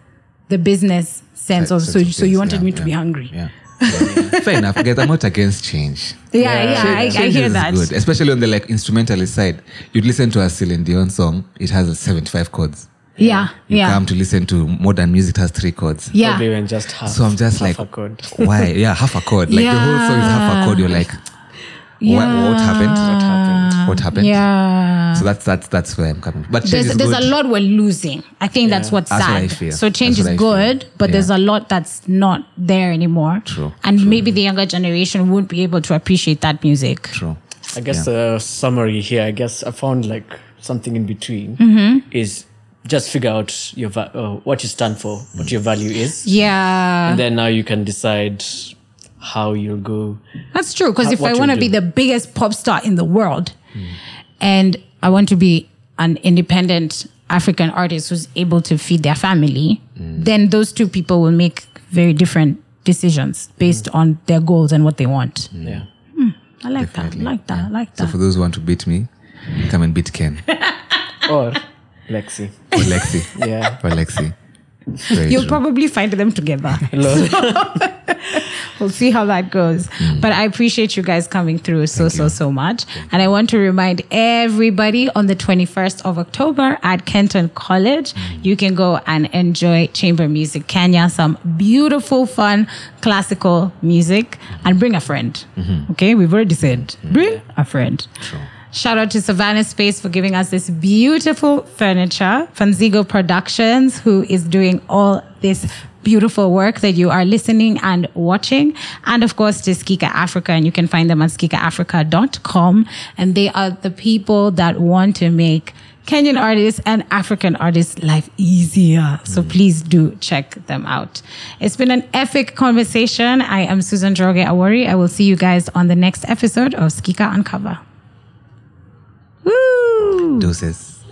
Speaker 1: the business sense of
Speaker 3: Such
Speaker 1: so.
Speaker 3: things,
Speaker 1: So you wanted
Speaker 3: yeah,
Speaker 1: me to
Speaker 3: yeah,
Speaker 1: be hungry. Yeah,
Speaker 3: Yeah. Fair enough. Guys, I'm not against change.
Speaker 1: yeah,
Speaker 2: Yeah.
Speaker 1: I, I
Speaker 3: Change
Speaker 1: hear
Speaker 3: is
Speaker 1: that.
Speaker 3: Good, especially on the like instrumentalist side. You'd listen to a Celine Dion song; it has 75 chords.
Speaker 1: Yeah,
Speaker 3: You
Speaker 1: yeah,
Speaker 3: come to listen to modern music; it has three chords.
Speaker 1: yeah.
Speaker 2: Probably when just half.
Speaker 3: So I'm just
Speaker 2: half
Speaker 3: like,
Speaker 2: a chord.
Speaker 3: why? Yeah, half a chord. Like the whole song is half a chord. You're like,
Speaker 1: Yeah.
Speaker 3: why, what happened? What
Speaker 1: Ah.
Speaker 3: happened? What happened?
Speaker 1: Yeah.
Speaker 3: So that's that's that's where I'm coming. From. But change
Speaker 1: There's
Speaker 3: is
Speaker 1: there's
Speaker 3: good.
Speaker 1: a lot we're losing. I think that's what's
Speaker 3: That's what I
Speaker 1: sad.
Speaker 3: feel.
Speaker 1: So change
Speaker 3: That's
Speaker 1: is
Speaker 3: what I feel.
Speaker 1: good, but there's
Speaker 3: Yeah.
Speaker 1: a lot that's not there anymore.
Speaker 3: True,
Speaker 1: And maybe the younger generation won't be able to appreciate that music.
Speaker 3: True.
Speaker 2: I guess the summary here, I guess I found like something in between
Speaker 1: Mm-hmm.
Speaker 2: is just figure out your va- uh, what you stand for, what your value is.
Speaker 1: Yeah.
Speaker 2: And then now you can decide how you'll go.
Speaker 1: That's true. Because
Speaker 2: How-
Speaker 1: if
Speaker 2: what
Speaker 1: I
Speaker 2: you
Speaker 1: want to
Speaker 2: do. Hmm.
Speaker 1: be the biggest pop star in the world and I want to be an independent African artist who's able to feed their family,
Speaker 2: Hmm.
Speaker 1: then those two people will make very different
Speaker 2: Hmm.
Speaker 1: decisions based on their goals and what they want.
Speaker 3: Mm.
Speaker 2: Yeah.
Speaker 1: I like that. I like that. I like
Speaker 3: So
Speaker 1: that.
Speaker 3: for those who want to beat me, come and beat Ken
Speaker 2: Or
Speaker 3: or
Speaker 2: Lexi.
Speaker 3: Lexi
Speaker 2: Yeah.
Speaker 3: or Lexi. Very
Speaker 1: You'll
Speaker 3: true.
Speaker 1: probably find them together.
Speaker 2: Lol.
Speaker 1: we'll see how that goes. But I appreciate you guys coming through so, so, so much. And I want to remind everybody on the 21st of October at Kenton College, you can go and enjoy Chamber Music Kenya, some beautiful, fun, classical music, and bring a friend. Okay, we've already said, bring a friend. Shout out to Savannah Space for giving us this beautiful furniture. Fanzigo Productions, who is doing all this beautiful work that you are listening and watching. And of course, to Skika Africa, and you can find them at skikaafrica.com. And they are the people that want to make Kenyan artists and African artists' life easier. So please do check them out. It's been an epic conversation. I am Susan Droge Awori. I will see you guys on the next episode of Skika Uncover. Woo!
Speaker 3: Doses.